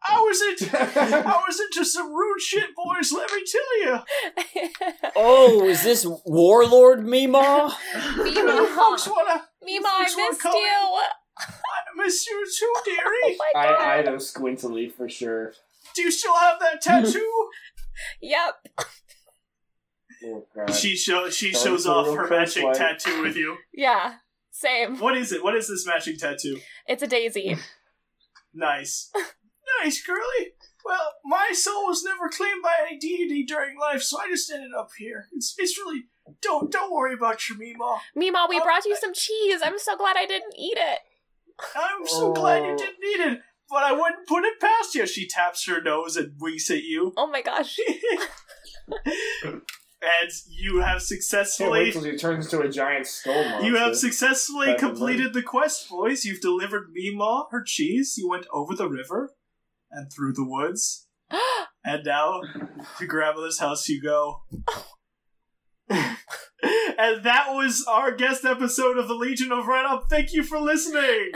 How is it? How is it just some rude shit, boys? Let me tell you.
Oh, is this Warlord Meemaw?
You
Mima,
folks wanna?
Mima, I
Which one
missed
color?
you.
I miss you too, dearie.
Oh my god.
I, I know Squintily for sure.
Do you still have that tattoo?
Yep.
Oh god.
She show, she
Sorry
shows
for
off
real
her
quick,
matching
like-
tattoo with you.
Yeah. Same.
What is it? What is this matching tattoo?
It's a daisy.
Nice. nice, girly. Well, my soul was never claimed by any deity during life, so I just ended up here. It's it's really don't don't worry about your Meemaw.
Mima, we
Oh,
brought you some cheese. I'm so glad I didn't eat it.
I'm so glad you
Oh.
didn't need it, but I wouldn't put it past you. She taps her nose and winks at you.
Oh my gosh.
and you have
Can't wait
successfully
till she turns into a giant skull monster.
you have successfully
That's
completed the quest, boys. You've delivered Meemaw her cheese. You went over the river and through the woods, and now to grandmother's house you go. and that was our guest episode of the Legion of Red Up. Thank you for listening.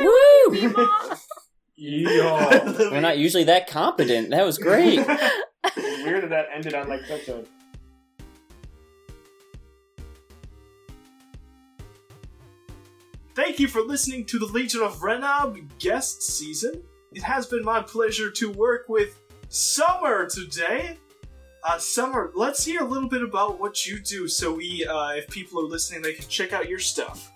Woo!
Mima.
Yo.
Oh.
We're not usually that competent. That was great.
Weird that that ended on like such a
Thank you for listening to the Legion of Renob guest season. It has been my pleasure to work with Summer today. Uh, Summer, let's hear a little bit about what you do so we, uh, if people are listening, they can check out your stuff.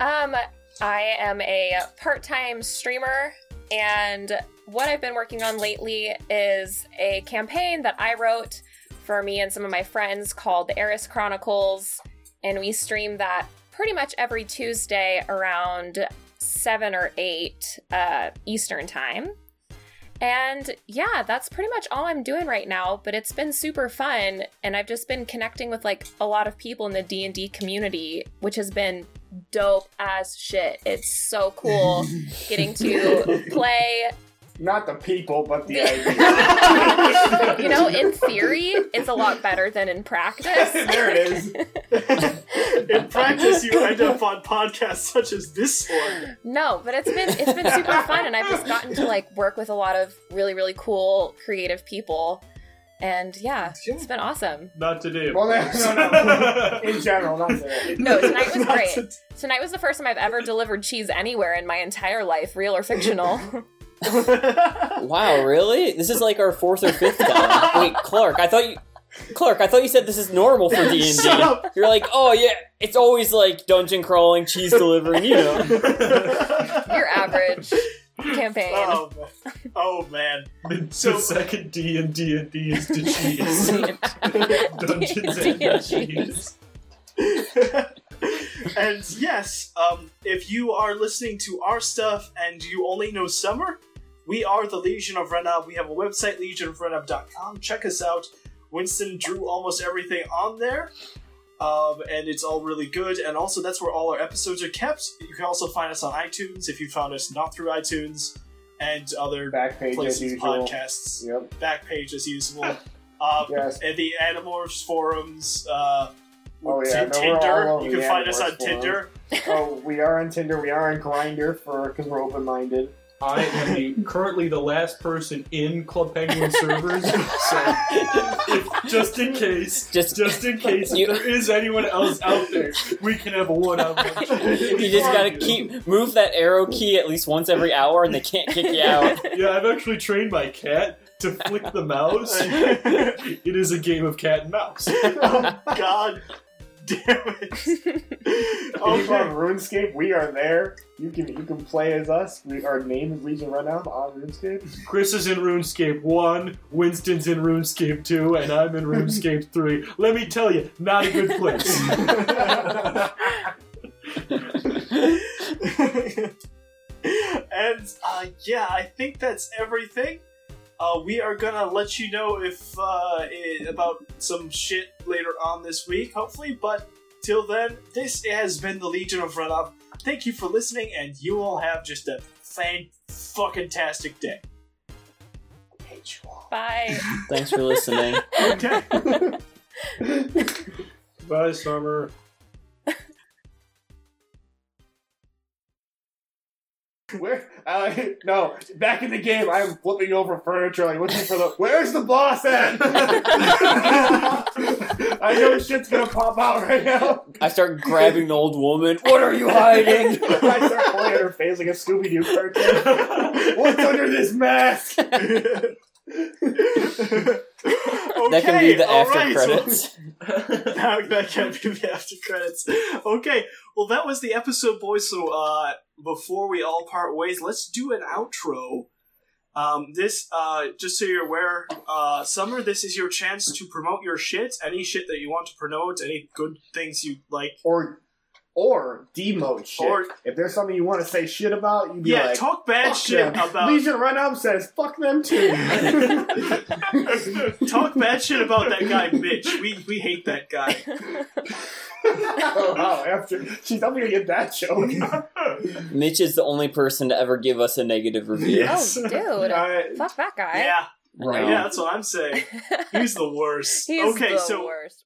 Um, I am a part-time streamer, and what I've been working on lately is a campaign that I wrote for me and some of my friends called the Eris Chronicles, and we stream that pretty much every Tuesday around seven or eight uh, Eastern time. And yeah, that's pretty much all I'm doing right now, but it's been super fun and I've just been connecting with like a lot of people in the D&D community, which has been dope as shit. It's so cool getting to play.
not the people, but the idea.
you know, in theory, it's a lot better than in practice.
there it is.
In practice, you end up on podcasts such as this one.
No, but it's been it's been super fun and I've just gotten to like work with a lot of really really cool creative people. And yeah, it's been awesome.
Not today.
Well, no, no, no. In general, not there.
No, tonight was
Not
great.
to-
Tonight was the first time I've ever delivered cheese anywhere in my entire life, real or fictional.
Wow, really? This is like our fourth or fifth time. Wait, Clark, I thought you Clark, I thought you said this is normal for D&D.
Shut up!
You're like, "Oh yeah, it's always like dungeon crawling, cheese delivering, you know."
Your average campaign.
Oh, man. Oh, man.
So second D and D and D is to cheese. Dungeons
D and
and
D.
cheese.
and yes, um, if you are listening to our stuff and you only know summer, we are the Legion of Renob. We have a website, legionofrenob.com. Check us out. Winston drew almost everything on there, um, and it's all really good. And also, that's where all our episodes are kept. You can also find us on iTunes if you found us not through iTunes and other
Back page as
places,
usual.
podcasts,
Yep.
back page as usual. Um,
Yes.
and the Animorphs forums. Uh,
Oh, yeah,
Tin-
no, we're all
Tinder.
over
You can
the
find us
Animorphs
on Tinder.
Oh, we are on Tinder. We are on Grinder for because we're open-minded.
I am the, currently the last person in Club Penguin servers, so if- just in case,
Just
just in case,
You-
if there is anyone else out there, we can have a one-on-one.
you just gotta keep move that arrow key at least once every hour, and they can't kick you out.
Yeah, I've actually trained my cat to flick the mouse. It is a game of cat and mouse.
oh, God damn it.
If you are on
okay.
RuneScape, we are there. You can you can play as us. We, our name is Legion Runout on RuneScape.
Chris is in RuneScape 1, Winston's in RuneScape 2, and I'm in RuneScape 3. Let me tell you, not a good place.
and uh, yeah, I think that's everything. Uh, we are gonna let you know if uh, i about some shit later on this week, hopefully. But till then, this has been the Legion of Runoff. Thank you for listening, and you all have just a fan fucking tastic day. Hate you all.
Bye.
Thanks for listening.
Okay.
Bye, Summer.
Where I I no. Back in the game, I'm flipping over furniture, like looking for the. Where's the boss at? I know shit's gonna pop out right now.
I start grabbing the old woman. What are you hiding?
I start pulling at her face like a Scooby Doo cartoon. What's under this mask?
that can be
Okay,
the
all
after
right, so-
credits.
that, that can be the after credits. Okay, well, that was the episode, boys. So, uh, before we all part ways, let's do an outro. Um, this, uh, just so you're aware, uh, Summer, this is your chance to promote your shit. Any shit that you want to promote, any good things you like.
Or, or demote shit.
Or-
if there's something you want to say shit about, you'd be
yeah,
like,
talk bad
"Fuck
shit
them."
about.
Legion Run Up says, "Fuck them too."
talk bad shit about that guy, bitch. We, we hate that guy.
oh, wow, after she's helping me get that joke.
Mitch is the only person to ever give us a negative review.
Yes.
Oh, dude.
Uh,
Fuck that guy.
Yeah,
I know.
yeah, that's what I'm saying. He's the worst.
He's
okay,
the
so
worst.